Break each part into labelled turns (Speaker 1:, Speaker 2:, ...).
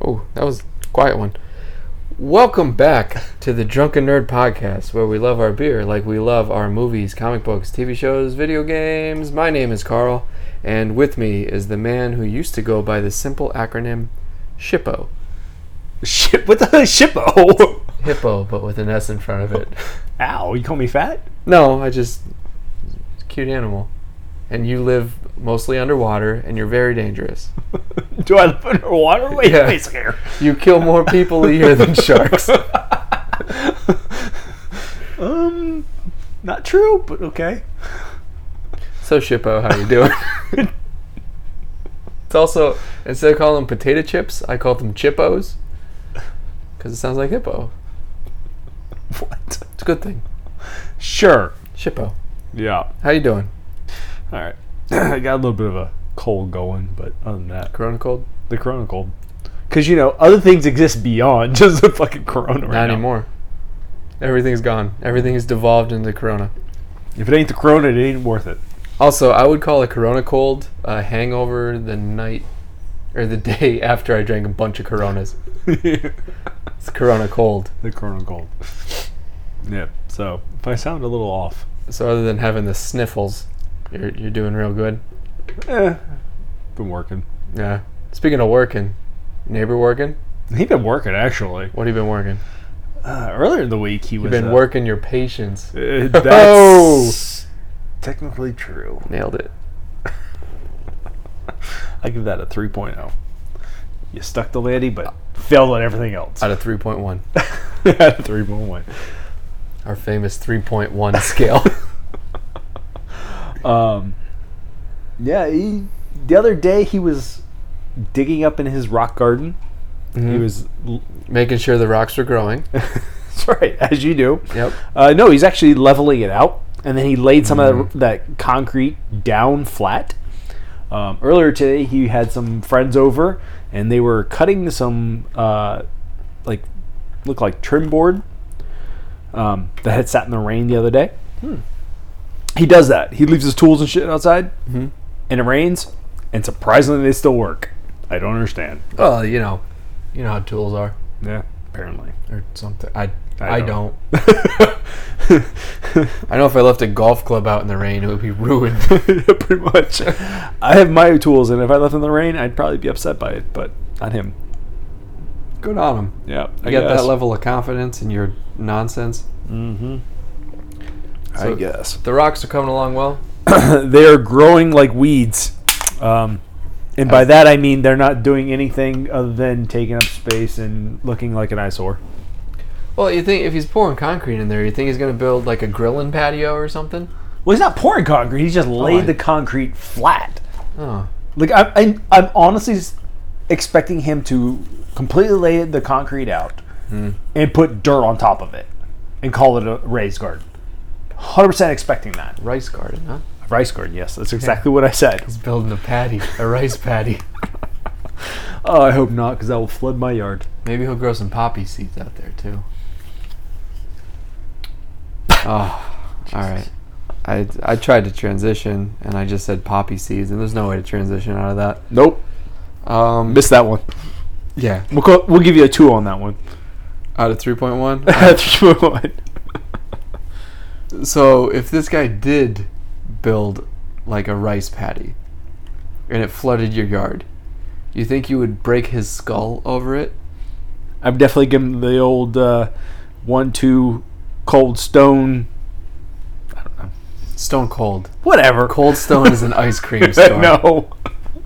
Speaker 1: Oh, that was a quiet one. Welcome back to the Drunken Nerd Podcast, where we love our beer like we love our movies, comic books, TV shows, video games. My name is Carl, and with me is the man who used to go by the simple acronym Shippo.
Speaker 2: Ship what the shippo?
Speaker 1: Hippo, but with an S in front of it.
Speaker 2: Ow! You call me fat?
Speaker 1: No, I just it's a cute animal. And you live mostly underwater, and you're very dangerous.
Speaker 2: Do I live underwater? Wait,
Speaker 1: Yeah.
Speaker 2: yeah. wait, here.
Speaker 1: You kill more people a year than sharks.
Speaker 2: Um, not true, but okay.
Speaker 1: So Shippo, how you doing? it's also instead of calling them potato chips, I call them chippos because it sounds like hippo.
Speaker 2: What?
Speaker 1: It's a good thing.
Speaker 2: Sure.
Speaker 1: Shippo,
Speaker 2: Yeah.
Speaker 1: how you doing?
Speaker 2: All right. I got a little bit of a cold going, but other than that,
Speaker 1: Corona cold?
Speaker 2: the corona cold. Because you know, other things exist beyond just the fucking corona. Right
Speaker 1: Not
Speaker 2: now.
Speaker 1: anymore. Everything's gone. Everything is devolved into Corona.
Speaker 2: If it ain't the corona, it ain't worth it.
Speaker 1: Also, I would call a Corona cold a hangover the night or the day after I drank a bunch of Coronas. It's Corona cold.
Speaker 2: the corona cold. Yeah. So if I sound a little off,
Speaker 1: So other than having the sniffles, you're you're doing real good.
Speaker 2: eh, been working.
Speaker 1: Yeah. Speaking of working, neighbor working.
Speaker 2: He been working actually.
Speaker 1: What have you been working?
Speaker 2: Uh, earlier in the week, he
Speaker 1: You've
Speaker 2: was
Speaker 1: been
Speaker 2: uh,
Speaker 1: working your patience.
Speaker 2: Uh, that's
Speaker 1: Oh!
Speaker 2: technically true.
Speaker 1: Nailed it.
Speaker 2: I give that a oh. 3.0. You stuck the lady, but failed on everything else.
Speaker 1: Out of 3.1.
Speaker 2: At 3.1.
Speaker 1: Our famous 3.1 scale.
Speaker 2: Um, yeah, he, the other day he was digging up in his rock garden. He was. l-
Speaker 1: Making sure the rocks were growing.
Speaker 2: That's right, as you do.
Speaker 1: Yep.
Speaker 2: Uh, no, he's actually leveling it out, and then he laid some of that, that concrete down flat. Um, earlier today, he had some friends over, and they were cutting some uh, like look like trim board um, that had sat in the rain the other day. He does that. He leaves his tools and shit outside, and it rains, and surprisingly, they still work. I don't understand.
Speaker 1: Well, you know, you know how tools are
Speaker 2: Yeah, apparently.
Speaker 1: or something. I I,
Speaker 2: I
Speaker 1: don't.
Speaker 2: don't.
Speaker 1: I know if I left a golf club out in the rain, it would be ruined.
Speaker 2: pretty much. I have my tools, and if I left in the rain, I'd probably be upset by it. But not him.
Speaker 1: Good on them.
Speaker 2: Yeah,
Speaker 1: You got that level of confidence in your nonsense.
Speaker 2: I
Speaker 1: So-
Speaker 2: guess
Speaker 1: The rocks are coming along well.
Speaker 2: they are growing like weeds, um, and by that I mean they're not doing anything other than taking up space and looking like an eyesore.
Speaker 1: Well, you think if he's pouring concrete in there, you think he's going to build like a grilling patio or something?
Speaker 2: Well, he's not pouring concrete; he just laid
Speaker 1: I-
Speaker 2: the concrete flat.
Speaker 1: Oh,
Speaker 2: Like I'm, I'm, I'm honestly s- expecting him to completely lay the concrete out and put dirt on top of it and call it a raised garden. Hundred percent expecting that
Speaker 1: rice garden, huh?
Speaker 2: rice garden. Yes, that's exactly what I said.
Speaker 1: He's building a patty, a rice patty.
Speaker 2: Oh, I hope not, because that will flood my yard.
Speaker 1: Maybe he'll grow some poppy seeds out there too. Oh, all right. I, I tried to transition and I just said poppy seeds, and there's no way to transition out of that.
Speaker 2: Nope,
Speaker 1: Um,
Speaker 2: missed that one.
Speaker 1: yeah,
Speaker 2: We'll call, we'll give you a two on that one.
Speaker 1: out of 3.1.
Speaker 2: Three, one.
Speaker 1: So if this guy did build like a rice paddy and it flooded your yard, you think you would break his skull over it?
Speaker 2: I'm definitely giving him the old uh, one-two cold stone.
Speaker 1: Stone cold.
Speaker 2: Whatever.
Speaker 1: Cold stone is an ice cream store.
Speaker 2: no,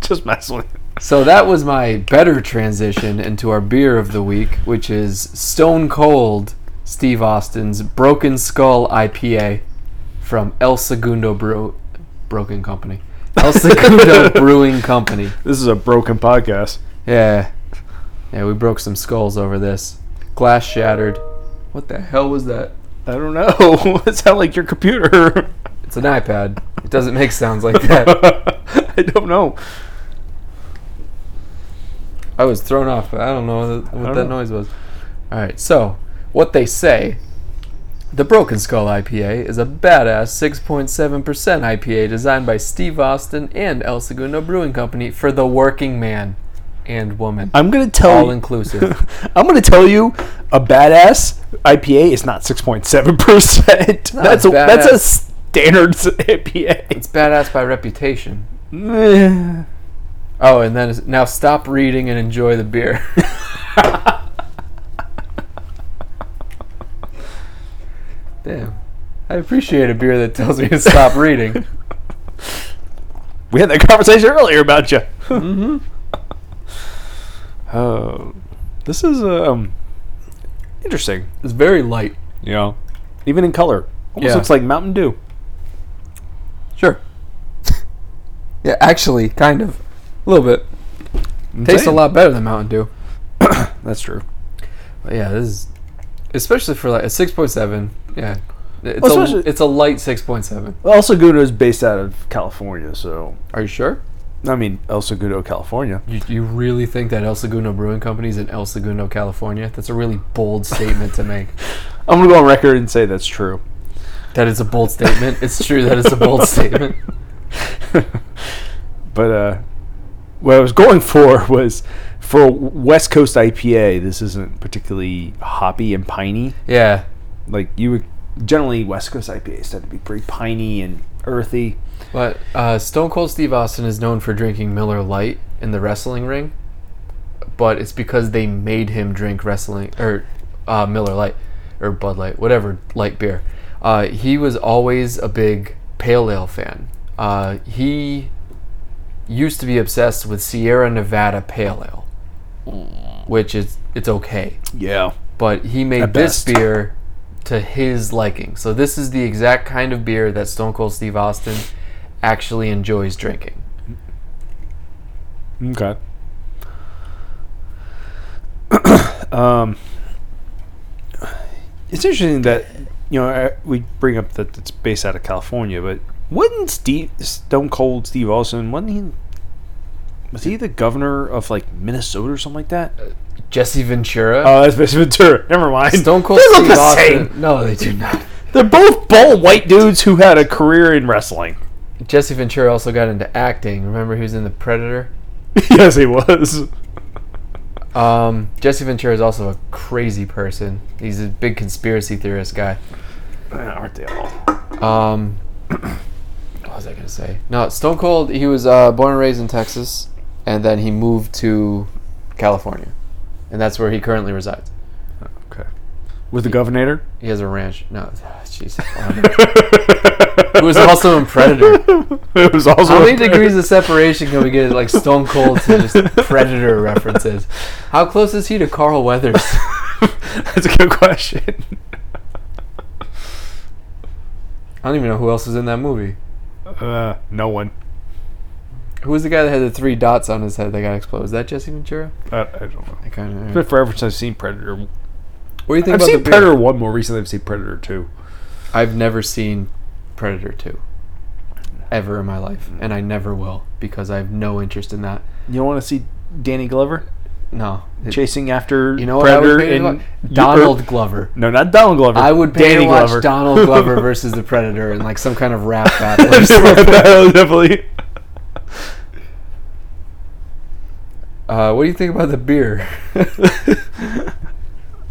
Speaker 2: just messing. with you.
Speaker 1: So that was my better transition into our beer of the week, which is Stone Cold Steve Austin's Broken Skull IPA from El Segundo Brew Broken Company. El Segundo Brewing Company.
Speaker 2: This is a broken podcast.
Speaker 1: Yeah. Yeah, we broke some skulls over this. Glass shattered. What the hell was that?
Speaker 2: I don't know. it sounded like your computer.
Speaker 1: It's an iPad. It doesn't make sounds like that.
Speaker 2: I don't know.
Speaker 1: I was thrown off. but I don't know th- what
Speaker 2: don't
Speaker 1: that
Speaker 2: know.
Speaker 1: noise was. All right. So, what they say, the Broken Skull IPA is a badass 6.7% IPA designed by Steve Austin and El Segundo Brewing Company for the working man. and woman.
Speaker 2: I'm gonna tell
Speaker 1: all
Speaker 2: you,
Speaker 1: inclusive.
Speaker 2: I'm gonna tell you a badass IPA is not 6.7 percent. That's a, that's a
Speaker 1: badass.
Speaker 2: standard IPA.
Speaker 1: it's badass by reputation.
Speaker 2: Eh.
Speaker 1: Oh, and then it's- now stop reading and enjoy the beer. Damn. I appreciate a beer that tells me to stop reading.
Speaker 2: we had that conversation earlier about you.
Speaker 1: mm-hmm.
Speaker 2: Oh, this is um interesting.
Speaker 1: It's very light.
Speaker 2: Yeah, even in color, almost
Speaker 1: Yeah.
Speaker 2: looks like Mountain Dew.
Speaker 1: Sure. yeah, actually, kind of. A little bit.
Speaker 2: I'm
Speaker 1: Tastes a
Speaker 2: saying.
Speaker 1: lot better than Mountain Dew.
Speaker 2: That's true.
Speaker 1: But yeah, this is especially for like a six point seven. Yeah, it's
Speaker 2: Well,
Speaker 1: a,
Speaker 2: especially-
Speaker 1: it's a light six point seven.
Speaker 2: El Segundo is based out of California, so
Speaker 1: Are you sure?
Speaker 2: I mean El Segundo, California.
Speaker 1: You, you really think that El Segundo Brewing Company is in El Segundo, California? That's a really bold statement to make.
Speaker 2: I'm gonna go on record and say that's true.
Speaker 1: That is a bold statement. It's true that it's a bold statement.
Speaker 2: But uh, what I was going for was for a West Coast IPA. This isn't particularly hoppy and piney.
Speaker 1: Yeah,
Speaker 2: Like you would generally West Coast IPAs tend to be pretty piney and earthy.
Speaker 1: but uh, Stone Cold Steve Austin is known for drinking Miller Lite in the wrestling ring, but it's because they made him drink wrestling or uh, Miller Lite or Bud Light, whatever light beer. Uh, he was always a big pale ale fan. Uh, he used to be obsessed with Sierra Nevada Pale Ale, which is it's okay.
Speaker 2: Yeah.
Speaker 1: but he made
Speaker 2: At
Speaker 1: this
Speaker 2: best.
Speaker 1: beer to his liking. So this is the exact kind of beer that Stone Cold Steve Austin actually enjoys drinking.
Speaker 2: Okay. um, it's interesting that you know I, we bring up that it's based out of California, but wasn't Steve Stone Cold Steve Austin? Wasn't he? Was he the governor of like Minnesota or something like that?
Speaker 1: Uh, Jesse Ventura,
Speaker 2: Oh, that's Vince Ventura. Never mind.
Speaker 1: Stone Cold
Speaker 2: They look
Speaker 1: Steve
Speaker 2: the
Speaker 1: Austin.
Speaker 2: same.
Speaker 1: No, they do not.
Speaker 2: They're both bald white dudes who had a career in wrestling.
Speaker 1: Jesse Ventura also got into acting. Remember, he was in The Predator.
Speaker 2: yes, he was.
Speaker 1: Um, Jesse Ventura is also a crazy person. He's a big conspiracy theorist guy.
Speaker 2: Aren't they all?
Speaker 1: Um, what was I gonna say? No, Stone Cold. He was uh, born and raised in Texas, and then he moved to California, and that's where he currently resides.
Speaker 2: Okay. With the governor?
Speaker 1: He has a ranch. No, jeez. Who was also in Predator.
Speaker 2: It was also
Speaker 1: How
Speaker 2: a
Speaker 1: many
Speaker 2: Predator.
Speaker 1: degrees of separation can we get? Like Stone Cold to just Predator references. How close is he to Carl Weathers?
Speaker 2: That's a good question.
Speaker 1: I don't even know who else was in that movie.
Speaker 2: Uh, no one.
Speaker 1: Who was the guy that had the three dots on his head that got exploded? Was that Jesse Ventura?
Speaker 2: I, I don't know.
Speaker 1: I kind
Speaker 2: It's
Speaker 1: of.
Speaker 2: been forever since I've seen Predator.
Speaker 1: What do you think
Speaker 2: I've
Speaker 1: about
Speaker 2: seen
Speaker 1: the beer?
Speaker 2: Predator 1 more recently. I've seen Predator 2.
Speaker 1: I've never seen Predator 2 ever in my life,
Speaker 2: Mm.
Speaker 1: and I never will because I have no interest in that.
Speaker 2: You don't want to see Danny Glover
Speaker 1: No.
Speaker 2: chasing after
Speaker 1: you know what? I would
Speaker 2: Predator
Speaker 1: pay to
Speaker 2: and
Speaker 1: watch? Donald Glover.
Speaker 2: No, not Donald Glover.
Speaker 1: I would pay
Speaker 2: Danny
Speaker 1: to watch
Speaker 2: Glover.
Speaker 1: Donald Glover versus the Predator in like some kind of rap battle. or something.
Speaker 2: Definitely.
Speaker 1: uh, what do you think about the beer?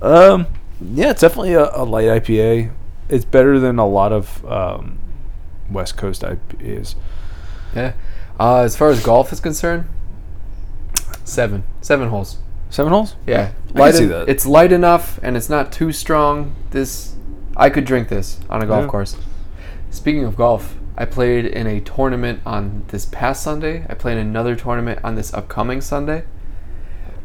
Speaker 2: Um, yeah, it's definitely a, a light IPA. It's better than a lot of um, West Coast IPAs.
Speaker 1: yeah. Uh, as far as golf is concerned, seven, seven holes.
Speaker 2: Seven holes?
Speaker 1: Yeah,
Speaker 2: can
Speaker 1: light
Speaker 2: see
Speaker 1: en-
Speaker 2: that.
Speaker 1: It's light enough and it's not too strong. This, I could drink this on a golf
Speaker 2: Yeah.
Speaker 1: course. Speaking of golf, I played in a tournament on this past Sunday. I played in another tournament on this upcoming Sunday.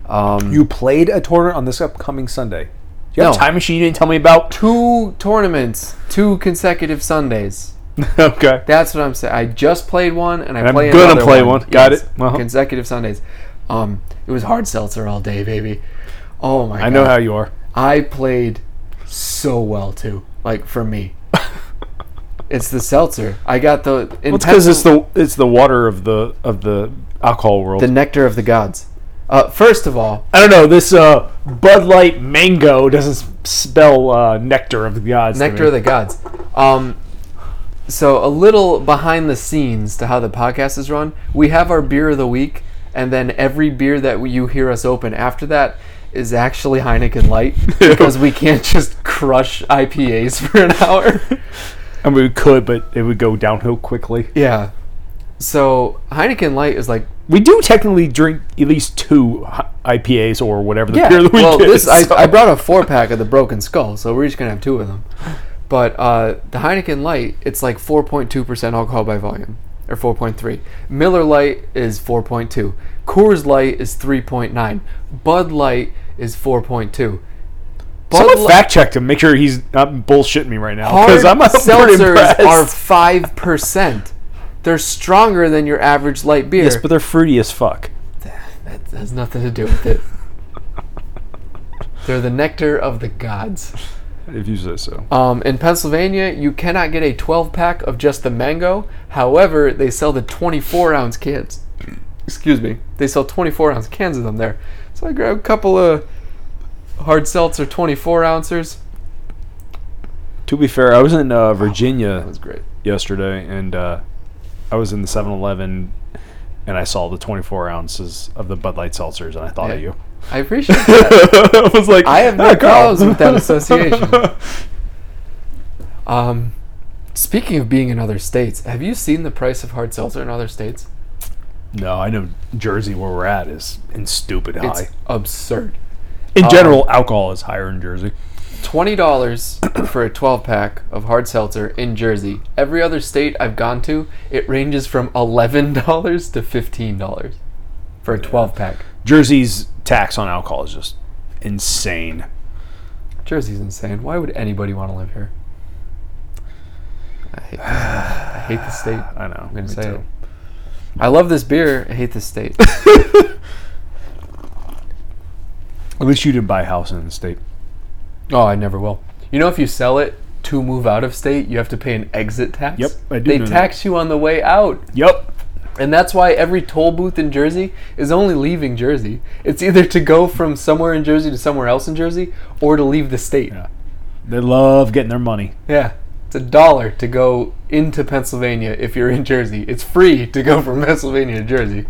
Speaker 1: Um,
Speaker 2: You played a tournament on this upcoming Sunday. Do you have
Speaker 1: No.
Speaker 2: a time machine you didn't tell me about?
Speaker 1: two tournaments, two consecutive Sundays.
Speaker 2: okay.
Speaker 1: That's what I'm saying. I just played one, and I
Speaker 2: And I'm
Speaker 1: play
Speaker 2: gonna
Speaker 1: another
Speaker 2: play one. Got it. Uh-huh.
Speaker 1: Consecutive Sundays. Um, it was hard seltzer all day, baby. Oh my!
Speaker 2: I know how you are.
Speaker 1: I played so well too. Like for me, it's the seltzer. I got the in
Speaker 2: It's because it's
Speaker 1: Pensil-
Speaker 2: the it's the water of the of the alcohol world.
Speaker 1: the nectar of the gods. Uh, first of all,
Speaker 2: I don't know. This uh, Bud Light Mango doesn't s- spell uh, nectar of the gods. to
Speaker 1: nectar
Speaker 2: me.
Speaker 1: of the gods. Um, so a little behind the scenes to how the podcast is run, we have our beer of the week. and then every beer that you hear us open after that is actually Heineken Light because we can't just crush IPAs for an hour.
Speaker 2: I mean, we could, but it would go downhill quickly.
Speaker 1: yeah. So Heineken Light is like
Speaker 2: We do technically drink at least two hi- IPAs or whatever the beer of the week
Speaker 1: well,
Speaker 2: is.
Speaker 1: this I, I brought a four pack of the Broken Skull, so we're each gonna have two of them. But uh, the Heineken Light, it's like 4.2 percent alcohol by volume, or 4.3. Miller Light is 4.2. Coors Light is 3.9. Bud Light is 4.2. Bud
Speaker 2: Someone
Speaker 1: Li-
Speaker 2: fact checked him. Make sure he's not bullshitting me right now
Speaker 1: hard
Speaker 2: because I'm not pretty
Speaker 1: seltzers
Speaker 2: impressed.
Speaker 1: are five percent. They're stronger than your average light beer.
Speaker 2: yes, but they're fruity as fuck.
Speaker 1: that has nothing to do with it. They're the nectar of the gods.
Speaker 2: If you say so.
Speaker 1: Um, in Pennsylvania, you cannot get a 12 pack of just the mango. However, they sell the 24 ounce cans. Excuse me. They sell 24 ounce cans of them there. So I grabbed a couple of hard seltzer 24 ouncers.
Speaker 2: To be fair, I was in uh, Virginia
Speaker 1: That was great.
Speaker 2: yesterday, and uh, I was in the 7-Eleven, and I saw the 24 ounces of the Bud Light seltzers, and I thought of
Speaker 1: Yeah.
Speaker 2: you.
Speaker 1: I appreciate that.
Speaker 2: I was like,
Speaker 1: I have no
Speaker 2: "Ah, Carl."
Speaker 1: problems with that association. Um, speaking of being in other states, have you seen the price of hard seltzer in other states?
Speaker 2: no, I know Jersey, where we're at, is in stupid
Speaker 1: It's
Speaker 2: high.
Speaker 1: absurd. Oh.
Speaker 2: In general, alcohol is higher in Jersey.
Speaker 1: twenty dollars for a twelve pack of hard seltzer in Jersey. Every other state I've gone to, it ranges from eleven dollars to fifteen dollars for a twelve pack.
Speaker 2: Jersey's tax on alcohol is just insane.
Speaker 1: Jersey's insane. Why would anybody want to live here? I hate, I hate the state.
Speaker 2: I know.
Speaker 1: I'm gonna
Speaker 2: me
Speaker 1: say
Speaker 2: too.
Speaker 1: it. I love this beer. I hate the state.
Speaker 2: At least you didn't buy a house in the state.
Speaker 1: oh, I never will. You know, if you sell it to move out of state, you have to pay an exit tax.
Speaker 2: Yep, I do
Speaker 1: They
Speaker 2: know that.
Speaker 1: tax you on the way out.
Speaker 2: Yep.
Speaker 1: And that's why every toll booth in Jersey is only leaving Jersey. It's either to go from somewhere in Jersey to somewhere else in Jersey or to leave the state. Yeah.
Speaker 2: Yeah. They love getting their money.
Speaker 1: It's a dollar to go into Pennsylvania if you're in Jersey. It's free to go from Pennsylvania to Jersey.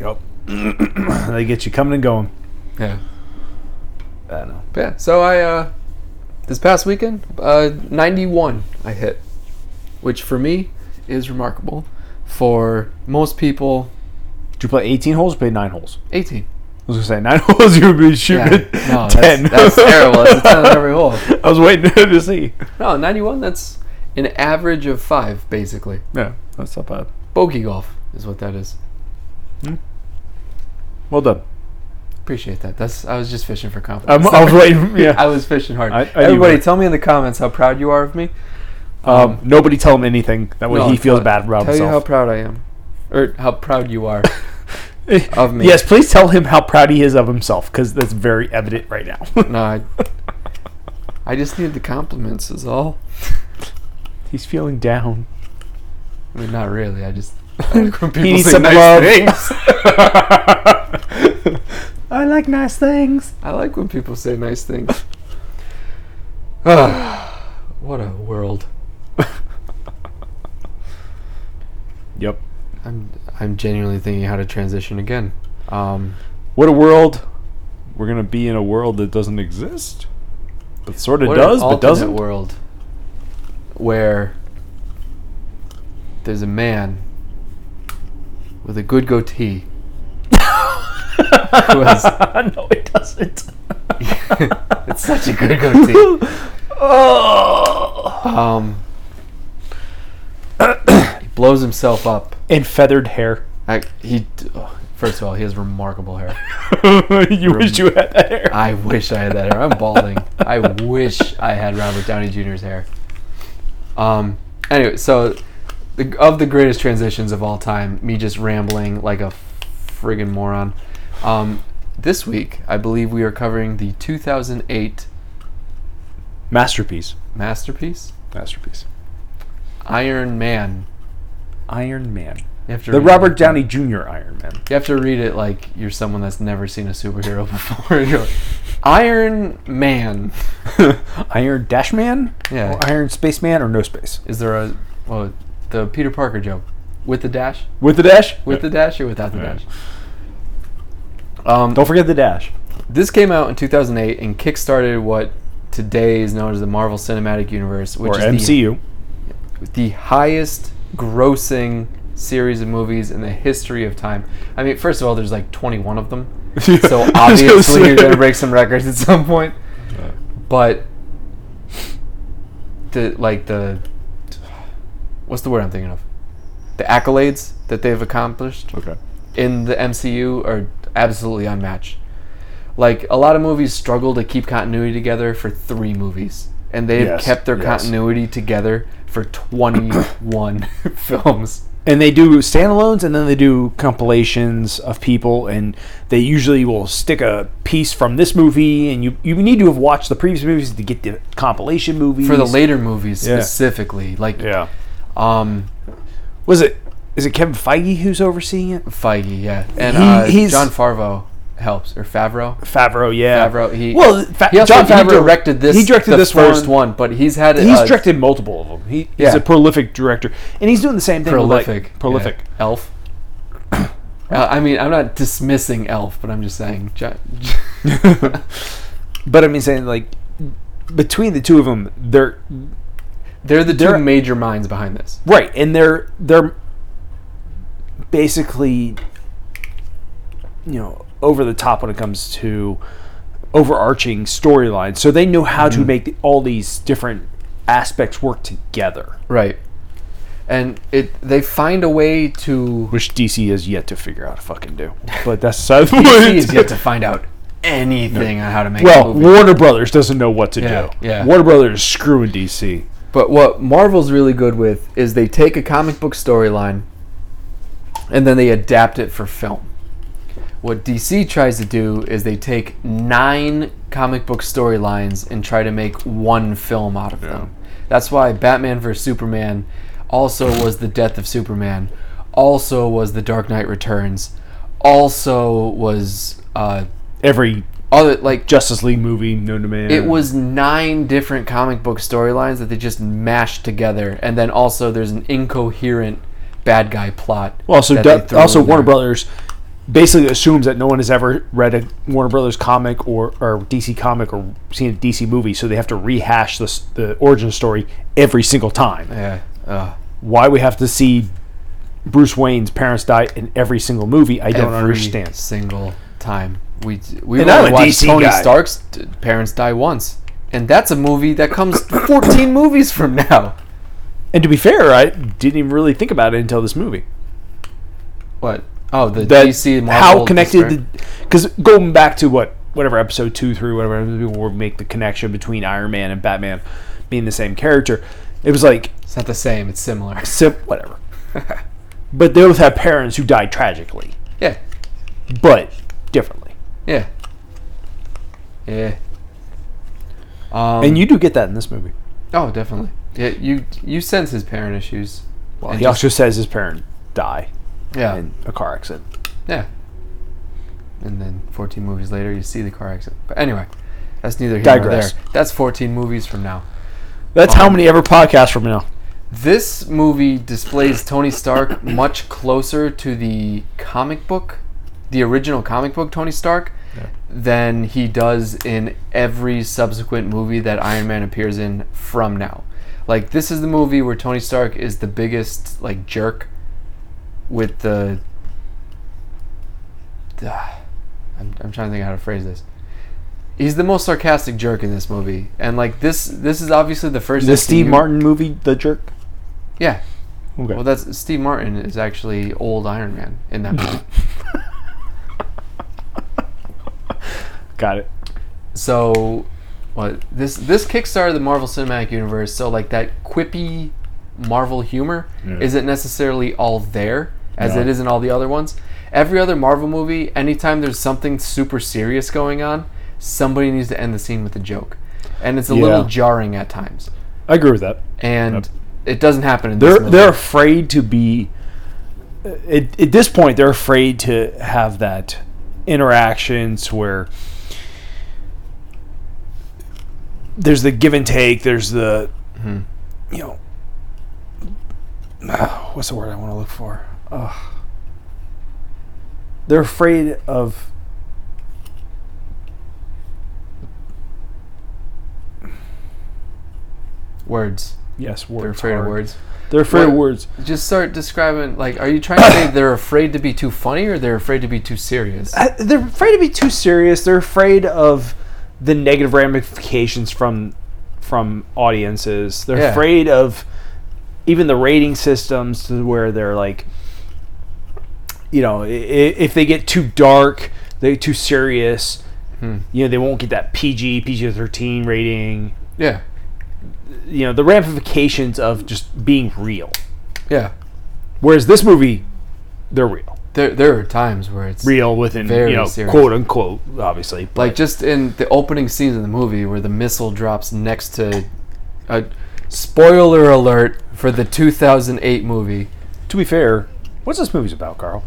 Speaker 2: Yep. they get you coming and going.
Speaker 1: Yeah.
Speaker 2: I don't know.
Speaker 1: But yeah. So I uh this past weekend, uh 91 I hit, which for me is remarkable. For most people,
Speaker 2: Did you play 18 holes or play 9 holes?
Speaker 1: 18.
Speaker 2: I was going to say 9 holes, you would be
Speaker 1: Yeah.
Speaker 2: shooting at
Speaker 1: No,
Speaker 2: 10.
Speaker 1: that's, that's terrible. That's a 10 on every hole.
Speaker 2: I was waiting to see.
Speaker 1: No, 91, that's an average of five, basically.
Speaker 2: Yeah, that's not bad.
Speaker 1: Bogey golf is what that is.
Speaker 2: Well done.
Speaker 1: Appreciate that. That's I was just fishing for
Speaker 2: I'm,
Speaker 1: confidence.
Speaker 2: I was waiting. Yeah.
Speaker 1: I was fishing hard.
Speaker 2: I- I knew
Speaker 1: Everybody,
Speaker 2: it.
Speaker 1: tell me in the comments how proud you are of me.
Speaker 2: Um, nobody tell him anything. That way
Speaker 1: No,
Speaker 2: he feels
Speaker 1: tell-
Speaker 2: bad about
Speaker 1: Tell you how
Speaker 2: himself.
Speaker 1: proud I am, or how proud you are of me.
Speaker 2: Yes, please tell him how proud he is of himself because that's very evident right now.
Speaker 1: No, I, I just need the compliments. Is all.
Speaker 2: He's feeling down.
Speaker 1: I mean, not really. I just. when people
Speaker 2: He needs
Speaker 1: say
Speaker 2: some
Speaker 1: nice
Speaker 2: love.
Speaker 1: things.
Speaker 2: I like nice things.
Speaker 1: I like when people say nice things. Ah, what a world.
Speaker 2: Yep.
Speaker 1: I'm I'm genuinely thinking how to transition again. Um,
Speaker 2: What a world. We're gonna be in a world that doesn't exist, but sort of
Speaker 1: what
Speaker 2: does,
Speaker 1: an
Speaker 2: but
Speaker 1: alternate
Speaker 2: doesn't.
Speaker 1: world where there's a man with a good goatee who has
Speaker 2: no, it doesn't.
Speaker 1: it's such a good goatee.
Speaker 2: oh.
Speaker 1: Um, he blows himself up.
Speaker 2: And feathered hair.
Speaker 1: I, he oh, first of all he has remarkable hair.
Speaker 2: you wish you had that hair.
Speaker 1: I wish I had that hair. I'm balding. I wish I had Robert Downey Jr.'s hair. Um. Anyway, so the, of the greatest transitions of all time, me just rambling like a friggin' moron. Um, this week, I believe we are covering the 2008
Speaker 2: Masterpiece.
Speaker 1: masterpiece,
Speaker 2: Masterpiece.
Speaker 1: Iron Man.
Speaker 2: Iron Man.
Speaker 1: You have to
Speaker 2: The
Speaker 1: read
Speaker 2: Robert
Speaker 1: it.
Speaker 2: Downey Jr. Iron Man.
Speaker 1: You have to read it like you're someone that's never seen a superhero before. You're like, Iron Man.
Speaker 2: Iron Dash Man?
Speaker 1: Yeah.
Speaker 2: Or Iron Space Man or no space?
Speaker 1: Is there a well, the Peter Parker joke with the dash?
Speaker 2: With the dash?
Speaker 1: With the dash or without the
Speaker 2: Yeah.
Speaker 1: dash? Um,
Speaker 2: Don't forget the dash.
Speaker 1: This came out in 2008 and kickstarted what today is known as the Marvel Cinematic Universe, which
Speaker 2: Or
Speaker 1: is
Speaker 2: MCU.
Speaker 1: The, the highest grossing series of movies in the history of time. I mean, first of all, there's like 21 of them. So obviously you're going to break some records at some point. But the like the what's the word I'm thinking of? The accolades that they've accomplished
Speaker 2: Okay.
Speaker 1: in the MCU are absolutely unmatched. Like a lot of movies struggle to keep continuity together for three movies, and they've
Speaker 2: Yes,
Speaker 1: kept their
Speaker 2: yes.
Speaker 1: continuity together for twenty-one films.
Speaker 2: and they do standalones and then they do compilations of people and they usually will stick a piece from this movie and you you need to have watched the previous movies to get the compilation movies
Speaker 1: For the later movies
Speaker 2: Yeah.
Speaker 1: specifically, like
Speaker 2: yeah
Speaker 1: um
Speaker 2: was it is it Kevin Feige who's overseeing it
Speaker 1: Feige, yeah, and
Speaker 2: He-
Speaker 1: uh,
Speaker 2: he's-
Speaker 1: John Favreau helps or Favreau.
Speaker 2: Favreau yeah
Speaker 1: Favreau, he
Speaker 2: well Fa-
Speaker 1: he also,
Speaker 2: John
Speaker 1: Uh, he
Speaker 2: Favreau
Speaker 1: directed this.
Speaker 2: he directed
Speaker 1: the
Speaker 2: this
Speaker 1: first
Speaker 2: one.
Speaker 1: one, but he's had
Speaker 2: He's
Speaker 1: uh,
Speaker 2: directed multiple of them. He, he's
Speaker 1: Yeah.
Speaker 2: a prolific director, and he's doing the same thing. with, like,
Speaker 1: prolific, yeah.
Speaker 2: prolific.
Speaker 1: Elf. Uh, I mean, I'm not dismissing Elf, but I'm just saying. Jo-
Speaker 2: But I mean, saying like between the two of them, they're
Speaker 1: They're the 2
Speaker 2: They're-
Speaker 1: major minds behind this.
Speaker 2: Right, and they're they're basically you know over the top when it comes to overarching storylines. So they know how to make all these different aspects work together,
Speaker 1: Right. And it they find a way to
Speaker 2: which DC has yet to figure out how to fucking do. But that's aside from
Speaker 1: DC is yet to find out anything on how to make a
Speaker 2: Well,
Speaker 1: movie.
Speaker 2: Warner Brothers doesn't know what to
Speaker 1: Yeah,
Speaker 2: do.
Speaker 1: yeah.
Speaker 2: Warner Brothers is screwing DC.
Speaker 1: But what Marvel's really good with is they take a comic book storyline and then they adapt it for film. What DC tries to do is they take nine comic book storylines and try to make one film out of them. That's why Batman vs. Superman also was the death of Superman, also was the Dark Knight Returns, also was uh,
Speaker 2: Every
Speaker 1: other like
Speaker 2: Justice League movie known to man.
Speaker 1: it was nine different comic book storylines that they just mashed together, and then also there's an incoherent bad guy plot.
Speaker 2: Well, also,
Speaker 1: that
Speaker 2: du-
Speaker 1: they throw
Speaker 2: also
Speaker 1: in
Speaker 2: Warner
Speaker 1: there.
Speaker 2: Brothers basically assumes that no one has ever read a Warner Brothers comic or, or DC comic or seen a DC movie, so they have to rehash the, s- the origin story every single time.
Speaker 1: Yeah, uh,
Speaker 2: Why we have to see Bruce Wayne's parents die in every single movie, I don't
Speaker 1: every
Speaker 2: understand.
Speaker 1: single time we we
Speaker 2: And
Speaker 1: only
Speaker 2: I'm a
Speaker 1: watched
Speaker 2: DC
Speaker 1: Tony
Speaker 2: guy.
Speaker 1: Stark's t- parents die once, and that's a movie that comes 14 movies from now.
Speaker 2: And to be fair, I didn't even really think about it until this movie.
Speaker 1: What? Oh, the
Speaker 2: That
Speaker 1: DC and Marvel
Speaker 2: how connected,
Speaker 1: disparate-
Speaker 2: because going back to what whatever episode two, three, whatever people will make the connection between Iron Man and Batman being the same character. It was like
Speaker 1: It's not the same. It's similar.
Speaker 2: sim- whatever. but they both have parents who died tragically,
Speaker 1: Yeah,
Speaker 2: but differently.
Speaker 1: yeah, yeah. Um,
Speaker 2: And you do get that in this movie.
Speaker 1: Oh, definitely. Yeah, you you sense his parent issues.
Speaker 2: Well,
Speaker 1: And
Speaker 2: he
Speaker 1: just-
Speaker 2: also says his parent die
Speaker 1: yeah,
Speaker 2: in a car accident.
Speaker 1: yeah. And then 14 movies later, you see the car accident. But anyway, that's neither here
Speaker 2: Digress.
Speaker 1: nor there. That's 14 movies from now.
Speaker 2: That's how many ever podcasts from now.
Speaker 1: This movie displays Tony Stark much closer to the comic book, the original comic book Tony Stark, than he does in every subsequent movie that Iron Man appears in from now. Like this is the movie where Tony Stark is the biggest like jerk with the Ah, I'm, I'm trying to think how to phrase this. He's the most sarcastic jerk in this movie. And like this this is obviously the first
Speaker 2: The
Speaker 1: MCU
Speaker 2: Steve Martin movie, The Jerk.
Speaker 1: Yeah.
Speaker 2: Okay.
Speaker 1: Well, that's Steve Martin is actually old Iron Man in that movie.
Speaker 2: Got it.
Speaker 1: so, what this this Kickstarter the Marvel Cinematic Universe. So like that quippy Marvel humor
Speaker 2: Yeah.
Speaker 1: isn't necessarily all there as
Speaker 2: No.
Speaker 1: it is in all the other ones. Every other Marvel movie, anytime there's something super serious going on, somebody needs to end the scene with a joke, and it's a little
Speaker 2: Yeah.
Speaker 1: jarring at times.
Speaker 2: I agree with that.
Speaker 1: And
Speaker 2: Yep.
Speaker 1: it doesn't happen in
Speaker 2: They're
Speaker 1: this movie.
Speaker 2: they're afraid to be. uh, At, at this point, they're afraid to have that interactions where there's the give and take. There's the
Speaker 1: Mm-hmm.
Speaker 2: you know ah, what's the word I want to look for. Ugh. They're afraid of
Speaker 1: Words.
Speaker 2: Yes, words.
Speaker 1: They're afraid of
Speaker 2: hard.
Speaker 1: words.
Speaker 2: They're afraid of
Speaker 1: What-
Speaker 2: words.
Speaker 1: Just start describing. Like, are you trying to say they're afraid to be too funny or they're afraid to be too serious?
Speaker 2: I- Uh, they're afraid to be too serious. They're afraid of the negative ramifications from from audiences. They're
Speaker 1: Yeah.
Speaker 2: afraid of even the rating systems to where they're like, you know, i- i- if they get too dark, they too serious. You know, they won't get that PG PG thirteen rating.
Speaker 1: Yeah.
Speaker 2: You know, the ramifications of just being real.
Speaker 1: Yeah.
Speaker 2: Whereas this movie, they're real,
Speaker 1: There, there are times where it's
Speaker 2: real within
Speaker 1: Very
Speaker 2: you know
Speaker 1: serious.
Speaker 2: quote unquote obviously
Speaker 1: like just in the opening scene of the movie where the missile drops next to a spoiler alert for the 2008 movie.
Speaker 2: To be fair, what's this movie's about, Carl?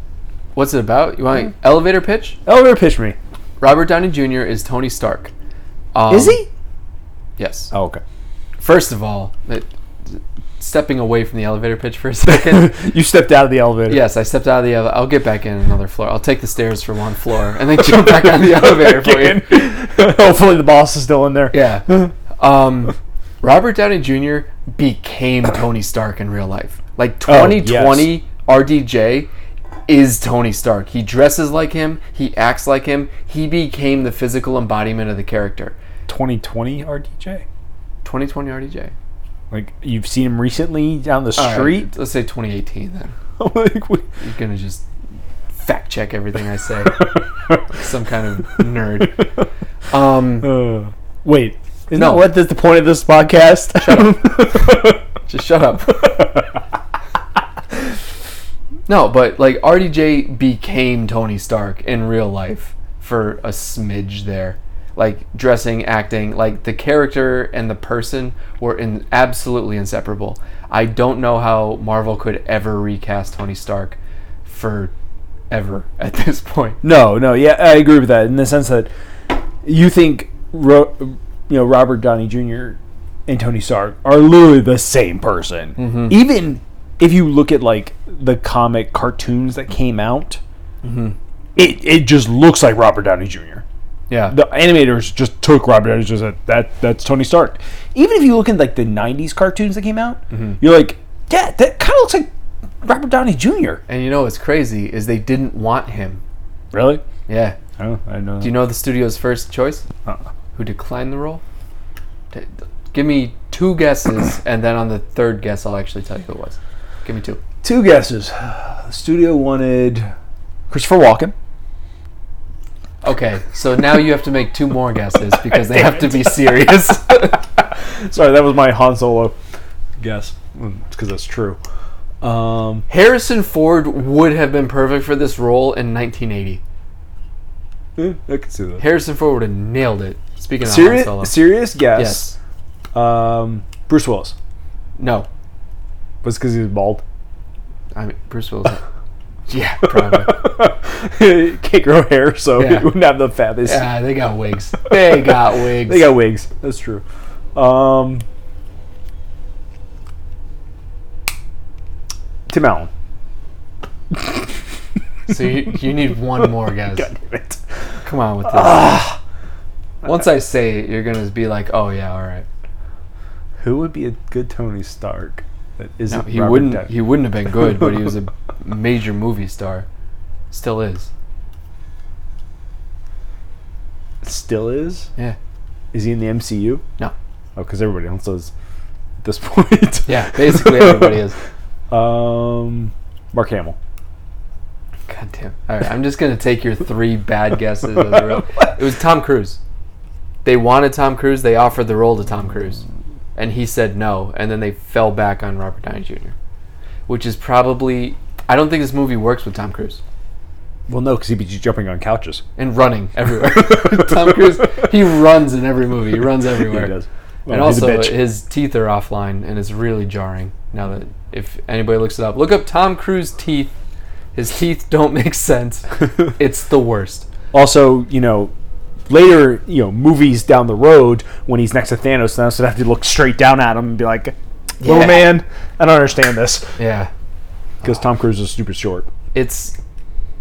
Speaker 1: What's it about? You want elevator pitch?
Speaker 2: Elevator pitch me.
Speaker 1: Robert Downey Jr. is Tony Stark. Um, Yes.
Speaker 2: Oh, okay.
Speaker 1: First of all, it, stepping away from the elevator pitch for a second.
Speaker 2: you stepped out of the elevator.
Speaker 1: yes, I stepped out of the elevator. I'll get back in another floor. I'll take the stairs for one floor and then jump back on the elevator for you.
Speaker 2: Hopefully the boss is still in there.
Speaker 1: Yeah. Um, Robert Downey Jr. became Tony Stark in real life. Like
Speaker 2: Oh,
Speaker 1: 2020 RDJ is Tony Stark. He dresses like him, he acts like him, he became the physical embodiment of the character.
Speaker 2: 2020 RDJ.
Speaker 1: 2020 RDJ.
Speaker 2: Like you've seen him recently down the
Speaker 1: All right,
Speaker 2: street.
Speaker 1: let's say 2018 then.
Speaker 2: like, we-
Speaker 1: You're going to just fact check everything I say. Some kind of nerd. Um,
Speaker 2: Uh, wait. Isn't
Speaker 1: No.
Speaker 2: that what is the point of this podcast?
Speaker 1: Just shut up. no, but like RDJ became Tony Stark in real life for a smidge there. Like dressing, acting, like the character and the person were in, absolutely inseparable. I don't know how Marvel could ever recast Tony Stark for ever at this point.
Speaker 2: No, no, yeah, I agree with that in the sense that you think, Ro- you know, Robert Downey Jr. and Tony Stark are literally the same person. Even if you look at like the comic cartoons that came out, it it just looks like Robert Downey Jr.
Speaker 1: Yeah.
Speaker 2: The animators just took Robert Downey Jr. and said, that that's Tony Stark. Even if you look at like the '90s cartoons that came out, you're like, yeah, that kind of looks like Robert Downey Jr.
Speaker 1: and you know what's crazy is they didn't want him.
Speaker 2: Really?
Speaker 1: Yeah.
Speaker 2: Oh, I know.
Speaker 1: Do you know the studio's first choice?
Speaker 2: Uh-uh.
Speaker 1: Who declined the role? T- Give me two guesses, and then on the third guess, I'll actually tell you who it was. Give me two.
Speaker 2: Two guesses. The studio wanted Christopher Walken.
Speaker 1: Okay, so now you have to make two more guesses because they have to be serious.
Speaker 2: Sorry, that was my Han Solo guess. Mm, It's because that's true. Um,
Speaker 1: Harrison Ford would have been perfect for this role in 1980.
Speaker 2: eh, I could see that.
Speaker 1: Harrison Ford would have nailed it. Speaking of Han Solo.
Speaker 2: Serious, serious guess.
Speaker 1: Yes.
Speaker 2: Um, Bruce Willis
Speaker 1: No.
Speaker 2: was because he was bald.
Speaker 1: I mean, Bruce Willis. yeah, probably.
Speaker 2: Can't grow hair, so
Speaker 1: Yeah.
Speaker 2: he wouldn't have the fat. They s-
Speaker 1: Yeah, they got wigs. They got wigs.
Speaker 2: They got wigs. That's true. Um, Tim Allen.
Speaker 1: so you, you need one more, guys.
Speaker 2: God damn it.
Speaker 1: Come on with this. Once I say it, you're gonna be like, "Oh yeah, all right."
Speaker 2: Who would be a good Tony Stark? That isn't
Speaker 1: He
Speaker 2: Robert
Speaker 1: wouldn't.
Speaker 2: Downey?
Speaker 1: He wouldn't have been good, but he was a major movie star. Still is.
Speaker 2: still is.
Speaker 1: Yeah.
Speaker 2: Is he in the MCU?
Speaker 1: No.
Speaker 2: Oh, because everybody else is at this point.
Speaker 1: Yeah. Basically, everybody is.
Speaker 2: Um, Mark Hamill.
Speaker 1: God damn. All right. I'm just gonna take your three bad guesses. As a real. It was Tom Cruise. They wanted Tom Cruise. They offered the role to Tom Cruise, and he said no. And then they fell back on Robert Downey Jr., which is probably. I don't think this movie works with Tom Cruise.
Speaker 2: Well, no, because he'd be just jumping on couches.
Speaker 1: and running everywhere. Tom Cruise, he runs in every movie. He runs everywhere.
Speaker 2: He does.
Speaker 1: And
Speaker 2: Well, he's a
Speaker 1: also,
Speaker 2: bitch.
Speaker 1: his teeth are offline, and it's really jarring. Now that if anybody looks it up, look up Tom Cruise teeth. His teeth don't make sense. It's the worst.
Speaker 2: also, you know, later, you know, movies down the road when he's next to Thanos, Thanos would have to look straight down at him and be like, "Little
Speaker 1: Yeah.
Speaker 2: man, I don't understand this,"
Speaker 1: Yeah,
Speaker 2: because Tom Cruise is super short.
Speaker 1: it's